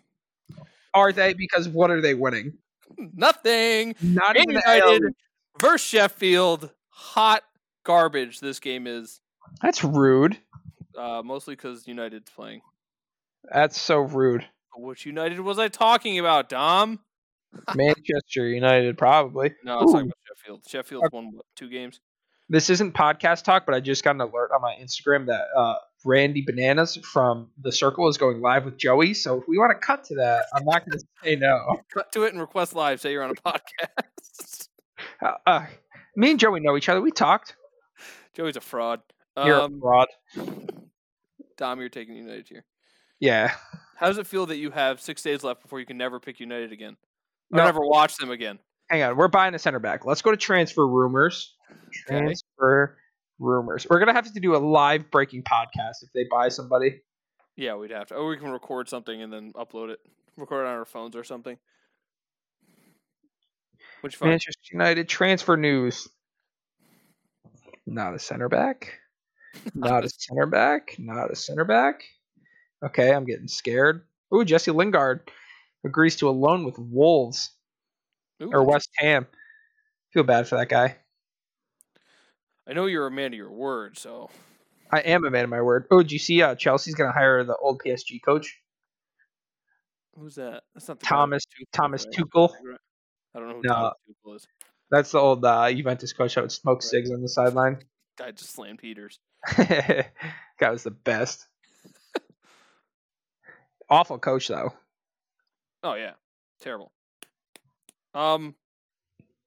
[SPEAKER 2] Are they? Because what are they winning?
[SPEAKER 1] Nothing.
[SPEAKER 2] Not
[SPEAKER 1] Man
[SPEAKER 2] even the AL
[SPEAKER 1] United
[SPEAKER 2] League.
[SPEAKER 1] versus Sheffield. Hot garbage. This game is
[SPEAKER 2] That's rude.
[SPEAKER 1] uh, mostly because United's playing.
[SPEAKER 2] That's so rude.
[SPEAKER 1] But Which United was I talking about, Dom?
[SPEAKER 2] Manchester United, probably.
[SPEAKER 1] No, I was
[SPEAKER 2] Ooh.
[SPEAKER 1] talking about Sheffield. Sheffield's won what, two games.
[SPEAKER 2] this isn't podcast talk, but I just got an alert on my Instagram that uh, Randy Bananas from The Circle is going live with Joey. So if we want to cut to that, I'm not going to say no.
[SPEAKER 1] Cut to it and request live. Say you're on a podcast.
[SPEAKER 2] Uh, uh, me and Joey know each other. We talked.
[SPEAKER 1] Joey's a fraud.
[SPEAKER 2] You're
[SPEAKER 1] Um,
[SPEAKER 2] a fraud.
[SPEAKER 1] Dom, you're taking United here.
[SPEAKER 2] Yeah.
[SPEAKER 1] How does it feel that you have six days left before you can never pick United again? Or
[SPEAKER 2] No.
[SPEAKER 1] never watch them again.
[SPEAKER 2] Hang on. We're buying a center back. Let's go to transfer rumors.
[SPEAKER 1] Okay.
[SPEAKER 2] Transfer rumors. We're going to have to do a live breaking podcast if they buy somebody.
[SPEAKER 1] Yeah, we'd have to. Or we can record something and then upload it. Record it on our phones or something. Which is fine.
[SPEAKER 2] Manchester United transfer news. Not a center back. Not a center back. Not a center back. Okay, I'm getting scared. Ooh, Jesse Lingard agrees to a loan with Wolves
[SPEAKER 1] Ooh,
[SPEAKER 2] or West Ham. Feel bad for that guy.
[SPEAKER 1] I know you're a man of your word, so
[SPEAKER 2] I am a man of my word. Oh, did you see uh, Chelsea's going to hire the old PSG coach,
[SPEAKER 1] who's that? That's not the guy with
[SPEAKER 2] Thomas uh,
[SPEAKER 1] Tuchel,
[SPEAKER 2] Thomas
[SPEAKER 1] right?
[SPEAKER 2] Tuchel?
[SPEAKER 1] I don't know who
[SPEAKER 2] No.
[SPEAKER 1] Thomas Tuchel is.
[SPEAKER 2] That's the old uh, Juventus coach that would smoke
[SPEAKER 1] Right.
[SPEAKER 2] cigs on the sideline.
[SPEAKER 1] Guy just slammed Peters.
[SPEAKER 2] guy was the best. Awful coach though.
[SPEAKER 1] Oh yeah, terrible. Um,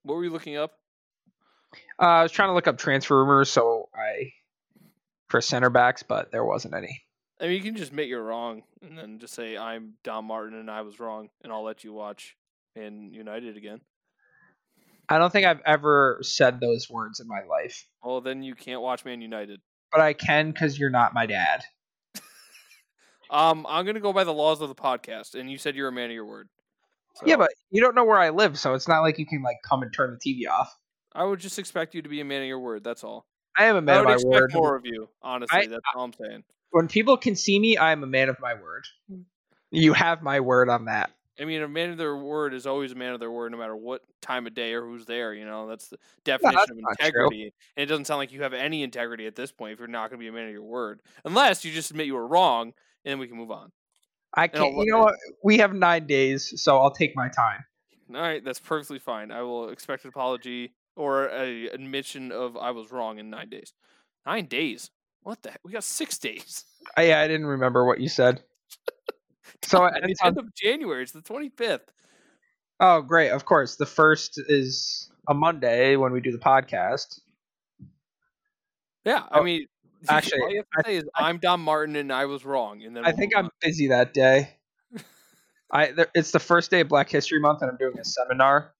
[SPEAKER 1] what were you looking up?
[SPEAKER 2] Uh, I was trying to look up transfer rumors, so I for center backs, but there wasn't any.
[SPEAKER 1] I mean, you can just admit you're wrong and then just say I'm Don Martin and I was wrong, and I'll let you watch Man United again.
[SPEAKER 2] I don't think I've ever said those words in my life,
[SPEAKER 1] Well, then you can't watch Man United.
[SPEAKER 2] but I can because you're not my dad.
[SPEAKER 1] Um, I'm gonna go by the laws of the podcast, and you said you're a man of your word.
[SPEAKER 2] Yeah,
[SPEAKER 1] So,
[SPEAKER 2] but you don't know where I live, so it's not like you can like come and turn the TV off.
[SPEAKER 1] I would just expect you to be a man of your word. That's all.
[SPEAKER 2] I am a
[SPEAKER 1] I
[SPEAKER 2] man of
[SPEAKER 1] would
[SPEAKER 2] my
[SPEAKER 1] expect
[SPEAKER 2] word.
[SPEAKER 1] more of you. Honestly,
[SPEAKER 2] I-
[SPEAKER 1] that's all I'm saying.
[SPEAKER 2] When people can see me, I am a man of my word. You have my word on that.
[SPEAKER 1] I mean, a man of their word is always a man of their word, no matter what time of day or who's there. You know, that's the definition
[SPEAKER 2] that's
[SPEAKER 1] of
[SPEAKER 2] not true.
[SPEAKER 1] integrity. And it doesn't sound like you have any integrity at this point if you're not going to be a man of your word, unless you just admit you were wrong, and then we can move on.
[SPEAKER 2] I
[SPEAKER 1] don't
[SPEAKER 2] can't.
[SPEAKER 1] look
[SPEAKER 2] You know
[SPEAKER 1] at-
[SPEAKER 2] what? We have nine days, so I'll take my time.
[SPEAKER 1] All right, that's perfectly fine. I will expect an apology or a admission of I was wrong in nine days. Nine days? What the? Heck? We got six days.
[SPEAKER 2] I, yeah, I didn't remember what you said. So it
[SPEAKER 1] It's
[SPEAKER 2] ends
[SPEAKER 1] the
[SPEAKER 2] on
[SPEAKER 1] end of January. It's the twenty fifth.
[SPEAKER 2] Oh, great. Of course. The first is a Monday when we do the podcast.
[SPEAKER 1] Yeah, I
[SPEAKER 2] Oh,
[SPEAKER 1] mean,
[SPEAKER 2] actually,
[SPEAKER 1] all you have to say is I'm Don Martin and I was wrong, and then
[SPEAKER 2] I
[SPEAKER 1] we'll
[SPEAKER 2] think
[SPEAKER 1] move
[SPEAKER 2] I'm busy that day. I there, it's the first day of Black History Month and I'm doing a seminar.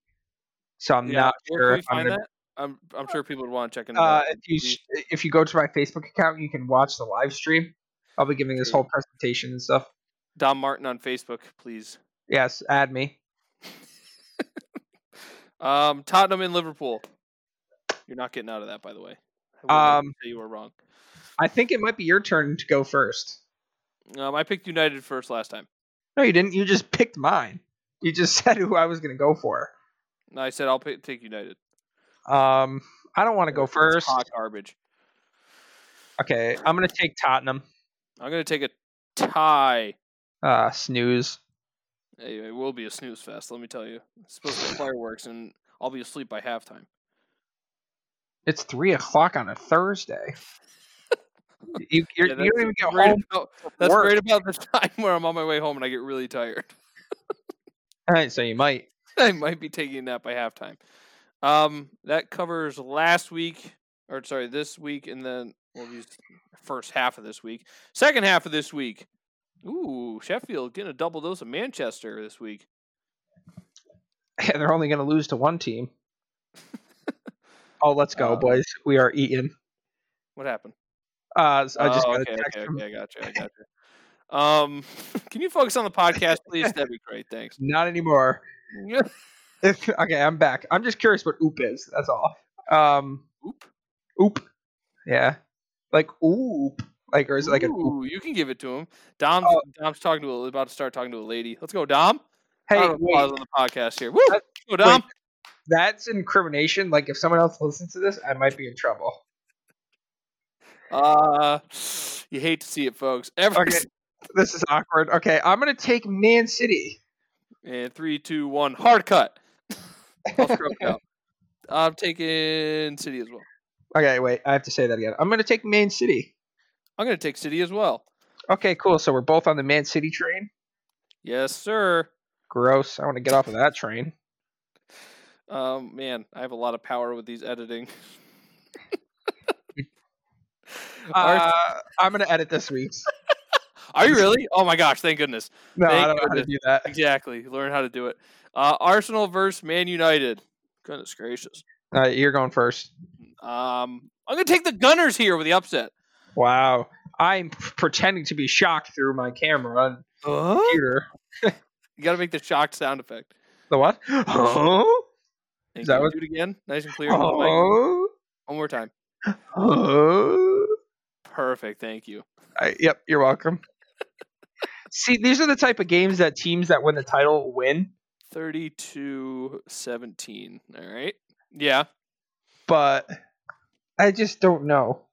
[SPEAKER 2] So I'm
[SPEAKER 1] Yeah,
[SPEAKER 2] not
[SPEAKER 1] where
[SPEAKER 2] sure
[SPEAKER 1] can
[SPEAKER 2] if
[SPEAKER 1] we
[SPEAKER 2] I'm
[SPEAKER 1] find
[SPEAKER 2] gonna-
[SPEAKER 1] that? I'm I'm sure people would want to check into
[SPEAKER 2] uh,
[SPEAKER 1] that.
[SPEAKER 2] if you sh- if you go to my Facebook account, you can watch the live stream. I'll be giving this
[SPEAKER 1] True.
[SPEAKER 2] whole presentation and stuff.
[SPEAKER 1] Don Martin on Facebook, please.
[SPEAKER 2] Yes, add me.
[SPEAKER 1] Um, Tottenham and Liverpool. You're not getting out of that, by the way. I would like to
[SPEAKER 2] Um,
[SPEAKER 1] say you were wrong.
[SPEAKER 2] I think it might be your turn to go first.
[SPEAKER 1] Um, I picked United first last time.
[SPEAKER 2] No, you didn't. You just picked mine. You just said who I was going to go for.
[SPEAKER 1] And I said I'll pay, take United.
[SPEAKER 2] Um, I don't want to go
[SPEAKER 1] It's
[SPEAKER 2] first.
[SPEAKER 1] Hot garbage.
[SPEAKER 2] Okay, I'm gonna take Tottenham.
[SPEAKER 1] I'm gonna take a tie.
[SPEAKER 2] Uh, snooze.
[SPEAKER 1] Hey, It will be a snooze fest. Let me tell you. It's supposed to be fireworks, and I'll be asleep by halftime.
[SPEAKER 2] It's three o'clock on a Thursday. you you're,
[SPEAKER 1] Yeah,
[SPEAKER 2] you
[SPEAKER 1] that's
[SPEAKER 2] don't even get
[SPEAKER 1] great
[SPEAKER 2] home.
[SPEAKER 1] about-
[SPEAKER 2] from
[SPEAKER 1] that's
[SPEAKER 2] work.
[SPEAKER 1] great about the time where I'm on my way home and I get really tired.
[SPEAKER 2] All right, so you might.
[SPEAKER 1] I might be taking that by halftime. Um, that covers last week, or sorry, this week, and then well, these first half of this week, second half of this week. Ooh, Sheffield getting a double dose of Manchester this week.
[SPEAKER 2] They're only gonna lose to one team. oh, let's go,
[SPEAKER 1] Uh,
[SPEAKER 2] boys. We are eating.
[SPEAKER 1] What happened?
[SPEAKER 2] Uh, so I just
[SPEAKER 1] oh,
[SPEAKER 2] got a
[SPEAKER 1] okay,
[SPEAKER 2] text
[SPEAKER 1] okay,
[SPEAKER 2] from-
[SPEAKER 1] okay, I gotcha, I gotcha. Um, can you focus on the podcast, please? That'd be great. Thanks.
[SPEAKER 2] Not anymore. okay, I'm back. I'm just curious what oop is. That's all. Um,
[SPEAKER 1] Oop.
[SPEAKER 2] oop. Yeah. Like oop. Like or is it like an oop?
[SPEAKER 1] Ooh, you can give it to him. Dom's
[SPEAKER 2] Oh.
[SPEAKER 1] Dom's talking to a, about to start talking to a lady. Let's go, Dom.
[SPEAKER 2] Hey,
[SPEAKER 1] Round of applause on
[SPEAKER 2] wait.
[SPEAKER 1] the podcast here. Woo!
[SPEAKER 2] That-
[SPEAKER 1] Go, Dom.
[SPEAKER 2] That's incrimination. Like if someone else listens to this, I might be in trouble.
[SPEAKER 1] Uh, you hate to see it, folks. Every
[SPEAKER 2] Okay. This is awkward. Okay, I'm gonna take Man City.
[SPEAKER 1] and three, two, one, hard cut. I'll stroke it out. I'm taking City as well.
[SPEAKER 2] Okay, wait. I have to say that again. I'm gonna take Man City.
[SPEAKER 1] I'm gonna take City as well.
[SPEAKER 2] Okay, cool. So we're both on the Man City train.
[SPEAKER 1] Yes, sir.
[SPEAKER 2] Gross. I want to get off of that train.
[SPEAKER 1] Um, man, I have a lot of power with these editing. are,
[SPEAKER 2] Uh, I'm gonna edit this week's.
[SPEAKER 1] are you really? Oh my gosh! Thank goodness.
[SPEAKER 2] No, I
[SPEAKER 1] Thank
[SPEAKER 2] don't know how to do that.
[SPEAKER 1] Exactly. Learn how to do it. Uh, Arsenal versus Man United. Goodness gracious.
[SPEAKER 2] All right, you're going first.
[SPEAKER 1] Um, I'm gonna take the Gunners here with the upset.
[SPEAKER 2] Wow. I'm p- pretending to be shocked through my camera and computer.
[SPEAKER 1] You gotta make the shocked sound effect.
[SPEAKER 2] The what? Oh?
[SPEAKER 1] Thank
[SPEAKER 2] Is that
[SPEAKER 1] you.
[SPEAKER 2] what-
[SPEAKER 1] Do it again, nice and clear. into the mic.
[SPEAKER 2] Oh?
[SPEAKER 1] One more time.
[SPEAKER 2] Oh?
[SPEAKER 1] Perfect. Thank you.
[SPEAKER 2] I, yep, you're welcome. See, these are the type of games that teams that win the title win,
[SPEAKER 1] 32 17. All right. Yeah.
[SPEAKER 2] but I just don't know.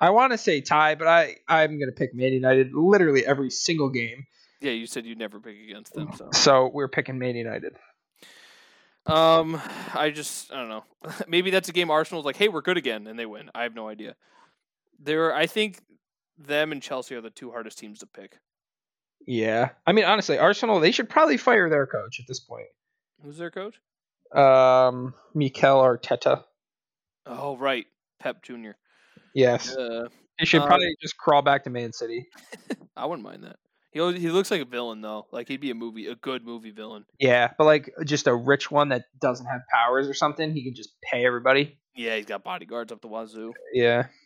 [SPEAKER 2] I want to say tie, but I, I'm going to pick Man United literally every single game.
[SPEAKER 1] Yeah, you said you'd never pick against
[SPEAKER 2] Oh.
[SPEAKER 1] them. So,
[SPEAKER 2] So we're picking Man United.
[SPEAKER 1] um, I just, I don't know. Maybe that's a game Arsenal's like, hey, we're good again, and they win. I have no idea. There, I think them and Chelsea are the two hardest teams to pick.
[SPEAKER 2] Yeah. I mean, honestly, Arsenal, they should probably fire their coach at this point.
[SPEAKER 1] Who's their coach?
[SPEAKER 2] Um, Mikel Arteta.
[SPEAKER 1] Oh, right. Pep Jr.
[SPEAKER 2] Yes.
[SPEAKER 1] Uh,
[SPEAKER 2] He should
[SPEAKER 1] Um,
[SPEAKER 2] probably just crawl back to Man City.
[SPEAKER 1] I wouldn't mind that. He always, he looks like a villain though. Like he'd be a movie, a good movie villain.
[SPEAKER 2] Yeah, but like just a rich one that doesn't have powers or something, he can just pay everybody.
[SPEAKER 1] Yeah, he's got bodyguards up the wazoo.
[SPEAKER 2] Yeah.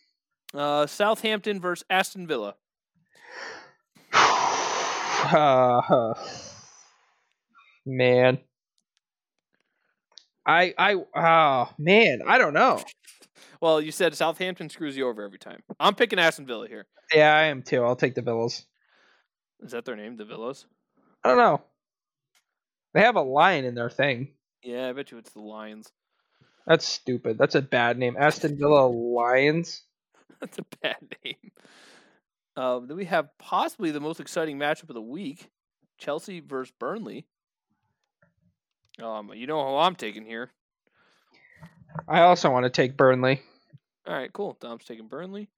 [SPEAKER 1] Uh, Southampton versus Aston Villa.
[SPEAKER 2] uh, man. I I oh man, I don't know.
[SPEAKER 1] Well, you said Southampton screws you over every time. I'm picking Aston Villa here.
[SPEAKER 2] Yeah, I am too. I'll take the Villas.
[SPEAKER 1] Is that their name, the Villas?
[SPEAKER 2] I don't know. They have a lion in their thing.
[SPEAKER 1] Yeah, I bet you it's the Lions.
[SPEAKER 2] That's stupid. That's a bad name. Aston Villa Lions.
[SPEAKER 1] That's a bad name. Um, then we have possibly the most exciting matchup of the week: Chelsea versus Burnley. Um, you know who I'm taking here.
[SPEAKER 2] I also want to take Burnley.
[SPEAKER 1] All right, cool. Dom's taking Burnley.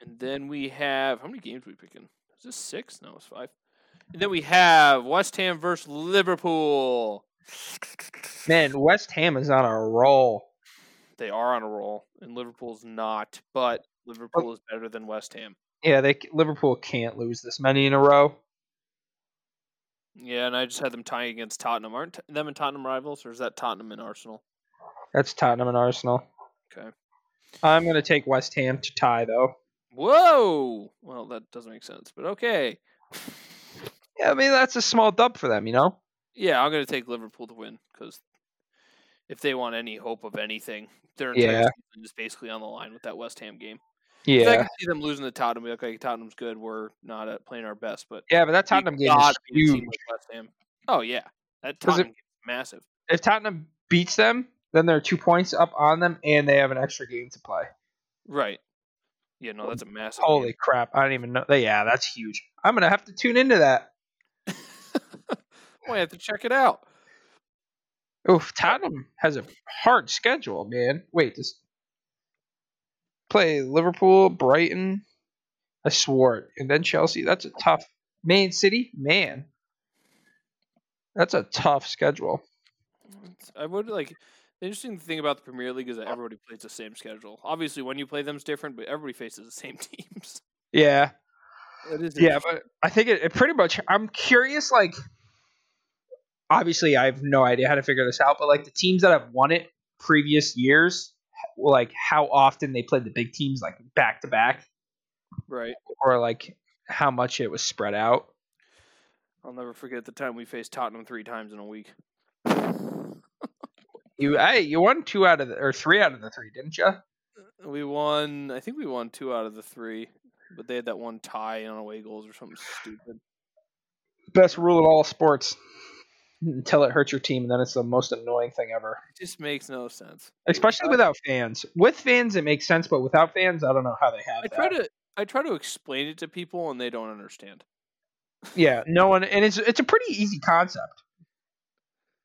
[SPEAKER 1] And then we have how many games are we picking? Is this six? No, it's five. And then we have West Ham versus Liverpool.
[SPEAKER 2] Man, West Ham is on a roll.
[SPEAKER 1] They are on a roll, and Liverpool's not, but Liverpool is better than West Ham.
[SPEAKER 2] Yeah, they c- Liverpool can't lose this many in a row.
[SPEAKER 1] Yeah, and I just had them tying against Tottenham. Aren't t- them and Tottenham rivals, or is that Tottenham and Arsenal?
[SPEAKER 2] That's Tottenham and Arsenal.
[SPEAKER 1] Okay.
[SPEAKER 2] I'm going to take West Ham to tie though.
[SPEAKER 1] Whoa! Well, that doesn't make sense, but okay.
[SPEAKER 2] Yeah, I mean that's a small dub for them, you know.
[SPEAKER 1] Yeah, I'm going to take Liverpool to win because if they want any hope of anything, their entire
[SPEAKER 2] Yeah.
[SPEAKER 1] season is basically on the line with that West Ham game. If I
[SPEAKER 2] Yeah.
[SPEAKER 1] can see them losing to Tottenham, we look like Tottenham's good. We're not at playing our best, but
[SPEAKER 2] Yeah, but that
[SPEAKER 1] we
[SPEAKER 2] Tottenham game is
[SPEAKER 1] gotta beat a team
[SPEAKER 2] huge.
[SPEAKER 1] like West Ham. Oh yeah, that
[SPEAKER 2] Does it-
[SPEAKER 1] Tottenham game is massive.
[SPEAKER 2] if Tottenham beats them, then they're two points up on them, and they have an extra game to play.
[SPEAKER 1] Right. Yeah, no, that's a massive. game.
[SPEAKER 2] Holy crap! I don't even know. Yeah, that's huge. I'm gonna have to tune into that.
[SPEAKER 1] Well, I have to check it out.
[SPEAKER 2] Oof, Tottenham has a hard schedule, man. Wait, just play Liverpool, Brighton. I swore it, and then Chelsea. That's a tough. Main City, man. That's a tough schedule.
[SPEAKER 1] I would like. The interesting thing about the Premier League is that everybody plays the same schedule. Obviously, when you play them, it's different, but everybody faces the same teams.
[SPEAKER 2] Yeah,
[SPEAKER 1] That is
[SPEAKER 2] yeah, but I think it, it pretty much. I'm curious, like. Obviously, I have no idea how to figure this out, but like the teams that have won it previous years, like how often they played the big teams like back to back,
[SPEAKER 1] right.
[SPEAKER 2] or like how much it was spread out.
[SPEAKER 1] I'll never forget the time we faced Tottenham three times in a week.
[SPEAKER 2] You, hey, you won two out of the or three out of the three, didn't you?
[SPEAKER 1] We won. I think we won two out of the three, but they had that one tie on away goals or something stupid.
[SPEAKER 2] Best rule in all sports. Until it hurts your team, and then it's the most annoying thing ever.
[SPEAKER 1] It just makes no sense.
[SPEAKER 2] Especially without fans. With fans, it makes sense, but without fans, I don't know how they have
[SPEAKER 1] I
[SPEAKER 2] that.
[SPEAKER 1] try to I try to explain it to people and they don't understand.
[SPEAKER 2] Yeah, no one, and it's it's a pretty easy concept,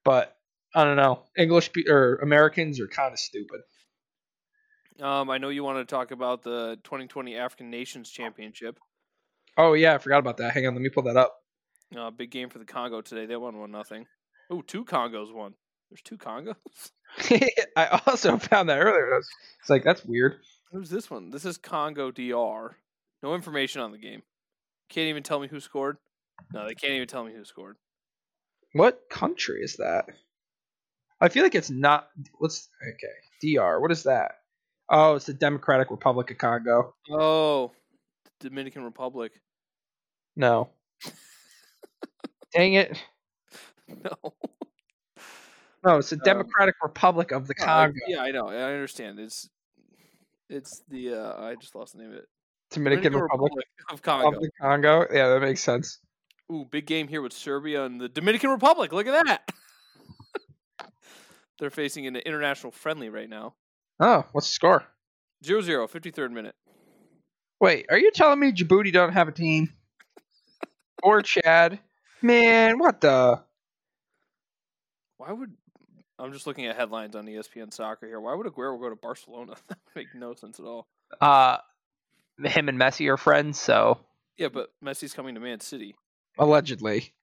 [SPEAKER 2] but I don't know. English pe- or Americans are kind of stupid.
[SPEAKER 1] Um, I know you want to talk about the 2020 African Nations Championship.
[SPEAKER 2] Oh yeah, I forgot about that. Hang on, let me pull that up.
[SPEAKER 1] Uh, big game for the Congo today. They won one nothing. Oh, two Congos won. There's two Congos.
[SPEAKER 2] I also found that earlier. and I was, it's like that's weird.
[SPEAKER 1] Who's this one? This is Congo DR. No information on the game. Can't even tell me who scored. No, they can't even tell me who scored.
[SPEAKER 2] What country is that? I feel like it's not. What's okay? DR. What is that? Oh, it's the Democratic Republic of Congo.
[SPEAKER 1] Oh, Dominican Republic.
[SPEAKER 2] No. Dang it!
[SPEAKER 1] No.
[SPEAKER 2] No, it's the
[SPEAKER 1] Um,
[SPEAKER 2] Democratic Republic of the Congo.
[SPEAKER 1] Yeah, I know. I understand. It's it's the uh, I just lost the name of it.
[SPEAKER 2] Dominican Republic
[SPEAKER 1] of
[SPEAKER 2] of
[SPEAKER 1] Congo.
[SPEAKER 2] the Congo. Yeah, that makes sense.
[SPEAKER 1] Ooh, big game here with Serbia and the Dominican Republic. Look at that. They're facing an international friendly right now.
[SPEAKER 2] Oh, what's the score?
[SPEAKER 1] 0-0, 53rd minute.
[SPEAKER 2] Wait, are you telling me Djibouti don't have a team? or Chad? Man, what the?
[SPEAKER 1] Why would I'm just looking at headlines on E ESPN soccer here. Why would Aguero go to Barcelona? that would make no sense at all.
[SPEAKER 2] Uh, him and Messi are friends, so
[SPEAKER 1] Yeah,
[SPEAKER 2] Mm.
[SPEAKER 1] but Messi's coming to Man City.
[SPEAKER 2] allegedly.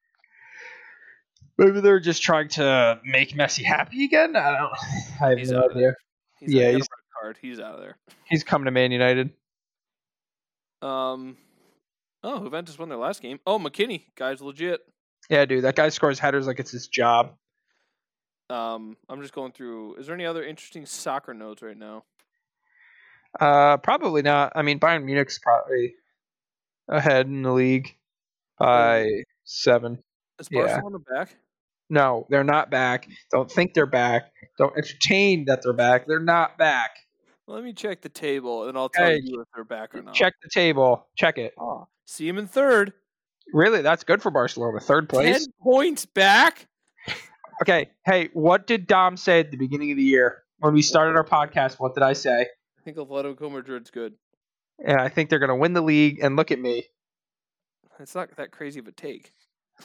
[SPEAKER 2] Maybe they're just trying to make Messi happy again. I don't. I have
[SPEAKER 1] He's
[SPEAKER 2] no
[SPEAKER 1] out of
[SPEAKER 2] idea.
[SPEAKER 1] He's
[SPEAKER 2] Yeah,
[SPEAKER 1] yeah,
[SPEAKER 2] he's-
[SPEAKER 1] card. He's out of there.
[SPEAKER 2] He's coming to Man United.
[SPEAKER 1] Um, oh, Juventus won their last game. Oh, McKinney, guy's legit.
[SPEAKER 2] Yeah, dude, that guy scores headers like it's his job.
[SPEAKER 1] Um, I'm just going through. Is there any other interesting soccer notes right now?
[SPEAKER 2] Uh, probably not. I mean, Bayern Munich's probably ahead in the league by seven.
[SPEAKER 1] Is
[SPEAKER 2] Yeah.
[SPEAKER 1] Barcelona back?
[SPEAKER 2] No, they're not back. Don't think they're back. Don't entertain that they're back. They're not back.
[SPEAKER 1] Let me check the table, and I'll tell
[SPEAKER 2] Hey,
[SPEAKER 1] you if they're back or not.
[SPEAKER 2] Check the table. Check it.
[SPEAKER 1] See him in third.
[SPEAKER 2] Really, that's good for Barcelona. Third place.
[SPEAKER 1] Ten points back.
[SPEAKER 2] Okay. Hey, what did Dom say at the beginning of the year when we started our podcast? What did I say?
[SPEAKER 1] I think Atletico Madrid's good.
[SPEAKER 2] And I think they're going to win the league. And look at me.
[SPEAKER 1] It's not that crazy of a take.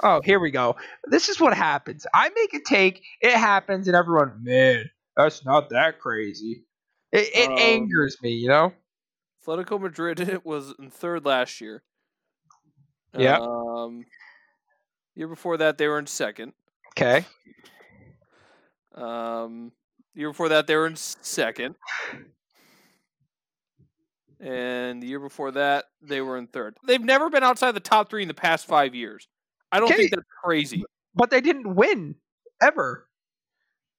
[SPEAKER 2] Oh, here we go. This is what happens. I make a take. It happens, and everyone, man, that's not that crazy. It, it
[SPEAKER 1] Um,
[SPEAKER 2] angers me, you know.
[SPEAKER 1] Atletico Madrid was in third last year.
[SPEAKER 2] Yep.
[SPEAKER 1] Um, year before that, they were in second.
[SPEAKER 2] Okay.
[SPEAKER 1] Um, year before that, they were in s- second. And the year before that, they were in third. They've never been outside the top three in the past five years. I don't
[SPEAKER 2] Okay.
[SPEAKER 1] think that's crazy.
[SPEAKER 2] But they didn't win ever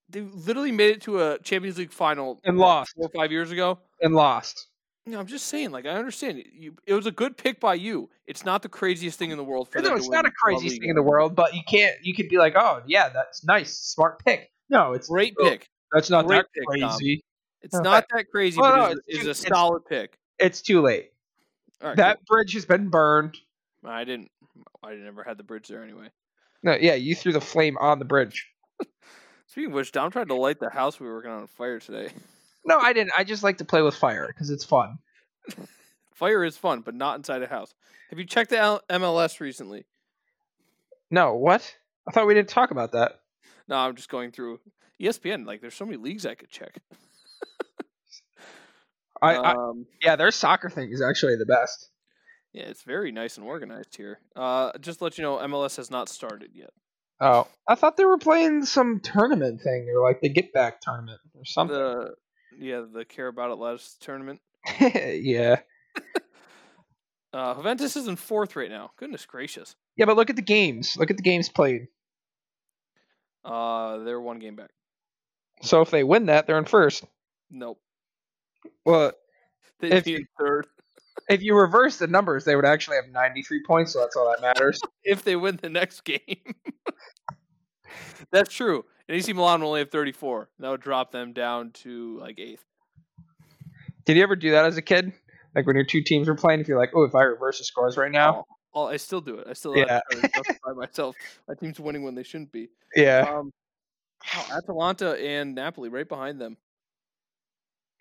[SPEAKER 1] They literally made it to a Champions League final
[SPEAKER 2] and
[SPEAKER 1] what,
[SPEAKER 2] lost
[SPEAKER 1] four or five years ago.
[SPEAKER 2] and lost.
[SPEAKER 1] No, I'm just saying. Like, I understand. it. You, it was a good pick by you. It's not the craziest thing in the world for them.
[SPEAKER 2] No,
[SPEAKER 1] to
[SPEAKER 2] it's not
[SPEAKER 1] win
[SPEAKER 2] a crazy
[SPEAKER 1] La
[SPEAKER 2] thing
[SPEAKER 1] Liga.
[SPEAKER 2] in the world, but you can't. You could be like, oh yeah, that's nice, smart pick. No, it's
[SPEAKER 1] Great
[SPEAKER 2] Oh,
[SPEAKER 1] pick.
[SPEAKER 2] that's not
[SPEAKER 1] great
[SPEAKER 2] that
[SPEAKER 1] pick, Dom.
[SPEAKER 2] crazy.
[SPEAKER 1] It's
[SPEAKER 2] Okay.
[SPEAKER 1] not that crazy,
[SPEAKER 2] Well, no,
[SPEAKER 1] but
[SPEAKER 2] it's
[SPEAKER 1] it's,
[SPEAKER 2] too-
[SPEAKER 1] a- it's a
[SPEAKER 2] it's-
[SPEAKER 1] solid pick.
[SPEAKER 2] It's too late.
[SPEAKER 1] All right,
[SPEAKER 2] That bridge has been burned.
[SPEAKER 1] cool. I didn't. I never had the bridge there anyway.
[SPEAKER 2] No, yeah, you threw the flame on the bridge.
[SPEAKER 1] Speaking of which, Dom tried to light the house we were working on on fire today.
[SPEAKER 2] No, I didn't. I just like to play with fire because it's fun.
[SPEAKER 1] Fire is fun, but not inside a house. Have you checked the L- MLS recently?
[SPEAKER 2] No, what? I thought we didn't talk about that.
[SPEAKER 1] No, I'm just going through E ESPN. Like, there's so many leagues I could check.
[SPEAKER 2] I, I
[SPEAKER 1] um,
[SPEAKER 2] yeah, their soccer thing is actually the best.
[SPEAKER 1] yeah, it's very nice and organized here. Uh, just to let you know, MLS has not started yet.
[SPEAKER 2] Oh, I thought they were playing some tournament thing or like the get back tournament or something.
[SPEAKER 1] The yeah, the Care About It Less tournament.
[SPEAKER 2] yeah,
[SPEAKER 1] Uh, Juventus is in fourth right now. Goodness gracious.
[SPEAKER 2] yeah, but look at the games. Look at the games played.
[SPEAKER 1] Uh, they're one game back.
[SPEAKER 2] So if they win that, they're in first.
[SPEAKER 1] Nope,
[SPEAKER 2] Well,
[SPEAKER 1] they
[SPEAKER 2] If
[SPEAKER 1] be in third.
[SPEAKER 2] if you reverse the numbers, they would actually have 93 points, so that's all that matters.
[SPEAKER 1] If they win the next game, that's true. And AC Milan will only have 34. That would drop them down to like eighth.
[SPEAKER 2] Did you ever do that as a kid? Like when your two teams were playing, if you're like, oh, if I reverse the scores right now,
[SPEAKER 1] Oh, I still do it. I still
[SPEAKER 2] Yeah.
[SPEAKER 1] yeah. justify myself. My team's winning when they shouldn't be.
[SPEAKER 2] yeah,
[SPEAKER 1] Um, wow, Atalanta and Napoli right behind them.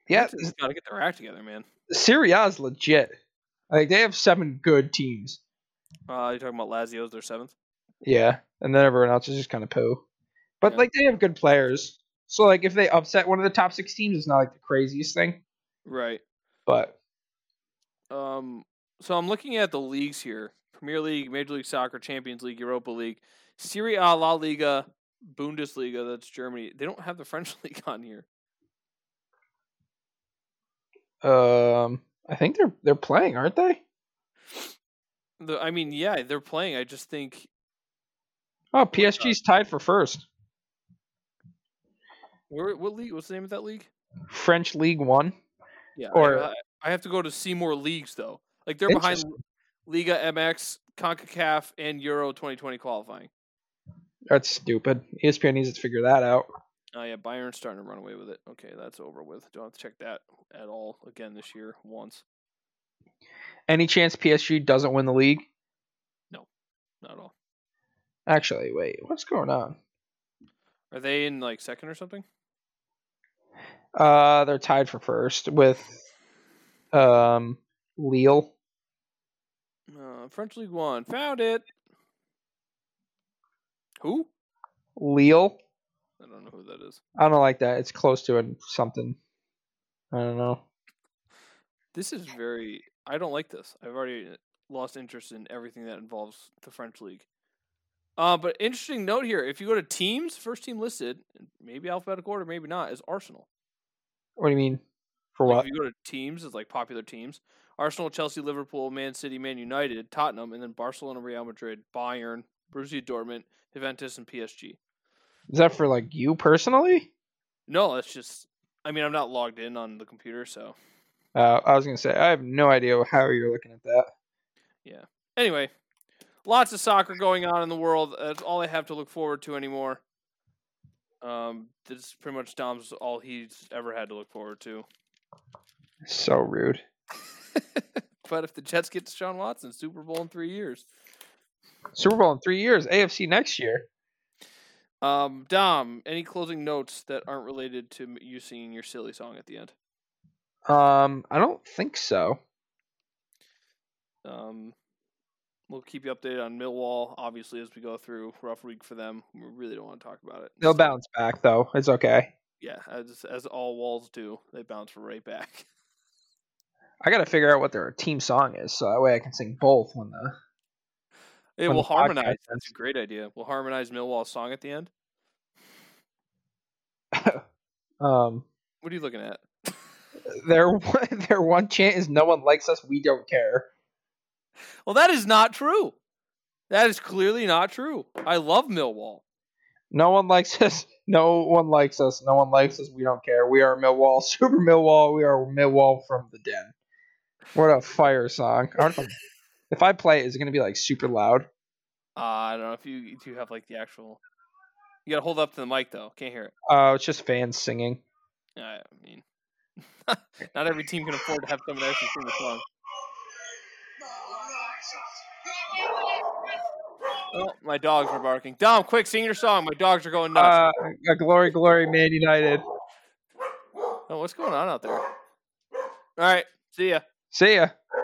[SPEAKER 2] yeah,
[SPEAKER 1] They got to get their act together, man.
[SPEAKER 2] Serie A is legit. Like they have seven good teams.
[SPEAKER 1] Uh, you're talking about Lazio's their seventh.
[SPEAKER 2] Yeah, and then everyone else is just kind of poo. But
[SPEAKER 1] Yeah.
[SPEAKER 2] like they have good players, so like if they upset one of the top six teams, it's not like the craziest thing.
[SPEAKER 1] Right.
[SPEAKER 2] But
[SPEAKER 1] Um, so I'm looking at the leagues here: Premier League, Major League Soccer, Champions League, Europa League, Serie A, La Liga, Bundesliga. That's Germany. They don't have the French league on here.
[SPEAKER 2] um, I think they're they're playing, aren't they?
[SPEAKER 1] The, I mean, yeah, they're playing. I just think
[SPEAKER 2] Oh, PSG's tied for first.
[SPEAKER 1] where what league? What's the name of that league?
[SPEAKER 2] French League One.
[SPEAKER 1] Yeah.
[SPEAKER 2] Or-
[SPEAKER 1] I, I have to go to see more leagues though. Like they're behind Liga MX, CONCACAF, and Euro 2020 qualifying.
[SPEAKER 2] That's stupid. E ESPN needs to figure that out.
[SPEAKER 1] Oh yeah, Bayern's starting to run away with it. Okay, that's over with. Don't have to check that at all again this year. Once,
[SPEAKER 2] Any chance PSG doesn't win the league?
[SPEAKER 1] not at all.
[SPEAKER 2] Actually, wait, what's going on?
[SPEAKER 1] Are they in like second or something?
[SPEAKER 2] Uh, they're tied for first with um Lille.
[SPEAKER 1] Uh, French League One found it. Who?
[SPEAKER 2] Lille.
[SPEAKER 1] I don't know who that is.
[SPEAKER 2] I don't like that. It's close to a, something. I don't know.
[SPEAKER 1] This is very. I don't like this. I've already lost interest in everything that involves the French League. Uh, but interesting note here: if you go to teams, first team listed, maybe alphabetical order, maybe not, is Arsenal.
[SPEAKER 2] What do you mean? For
[SPEAKER 1] Like,
[SPEAKER 2] what?
[SPEAKER 1] if you go to teams, it's like popular teams: Arsenal, Chelsea, Liverpool, Man City, Man United, Tottenham, and then Barcelona, Real Madrid, Bayern, Borussia Dortmund, Juventus, and PSG.
[SPEAKER 2] Is that for like you personally?
[SPEAKER 1] No, that's just. I mean, I'm not logged in on the computer, so
[SPEAKER 2] Uh, I was gonna say I have no idea how you're looking at that.
[SPEAKER 1] anyway, lots of soccer going on in the world. That's all I have to look forward to anymore. Um, this is pretty much Dom's all he's ever had to look forward to.
[SPEAKER 2] So rude.
[SPEAKER 1] But if the Jets get to Sean Watson, Super Bowl in three years.
[SPEAKER 2] Super Bowl in three years. AFC next year.
[SPEAKER 1] Um, Dom, any closing notes that aren't related to m- you singing your silly song at the end?
[SPEAKER 2] Um, I don't think so.
[SPEAKER 1] Um, we'll keep you updated on Millwall, obviously, as we go through rough week for them. We really don't want to talk about it.
[SPEAKER 2] They'll
[SPEAKER 1] So-
[SPEAKER 2] bounce back though. It's okay.
[SPEAKER 1] Yeah, as as all walls do, they bounce right back.
[SPEAKER 2] I gotta figure out what their team song is, so that way I can sing both when the
[SPEAKER 1] It
[SPEAKER 2] When
[SPEAKER 1] will
[SPEAKER 2] the podcast
[SPEAKER 1] harmonize. That's
[SPEAKER 2] ends.
[SPEAKER 1] a great idea. We'll harmonize Millwall's song at the end.
[SPEAKER 2] um
[SPEAKER 1] What are you looking at?
[SPEAKER 2] their one- their one chant is no one likes us, we don't care.
[SPEAKER 1] Well, that is not true. That is clearly not true. I love Millwall.
[SPEAKER 2] No one likes us. No one likes us. No one likes us. We don't care. We are Millwall, Super Millwall. We are Millwall from the den. What a fire song! I wonder If I'm- if I play it, is it going to be like super loud?
[SPEAKER 1] Uh, I don't know if you if you have like the actual. You gotta hold up to the mic though. Can't hear it.
[SPEAKER 2] Uh, it's just fans singing.
[SPEAKER 1] I mean, not every team can afford to have someone actually sing the song. Oh, my dogs are barking. Dom, quick, sing your song. My dogs are going nuts.
[SPEAKER 2] Uh, a glory, glory, Man United.
[SPEAKER 1] oh, what's going on out there? All right, see ya.
[SPEAKER 2] See ya.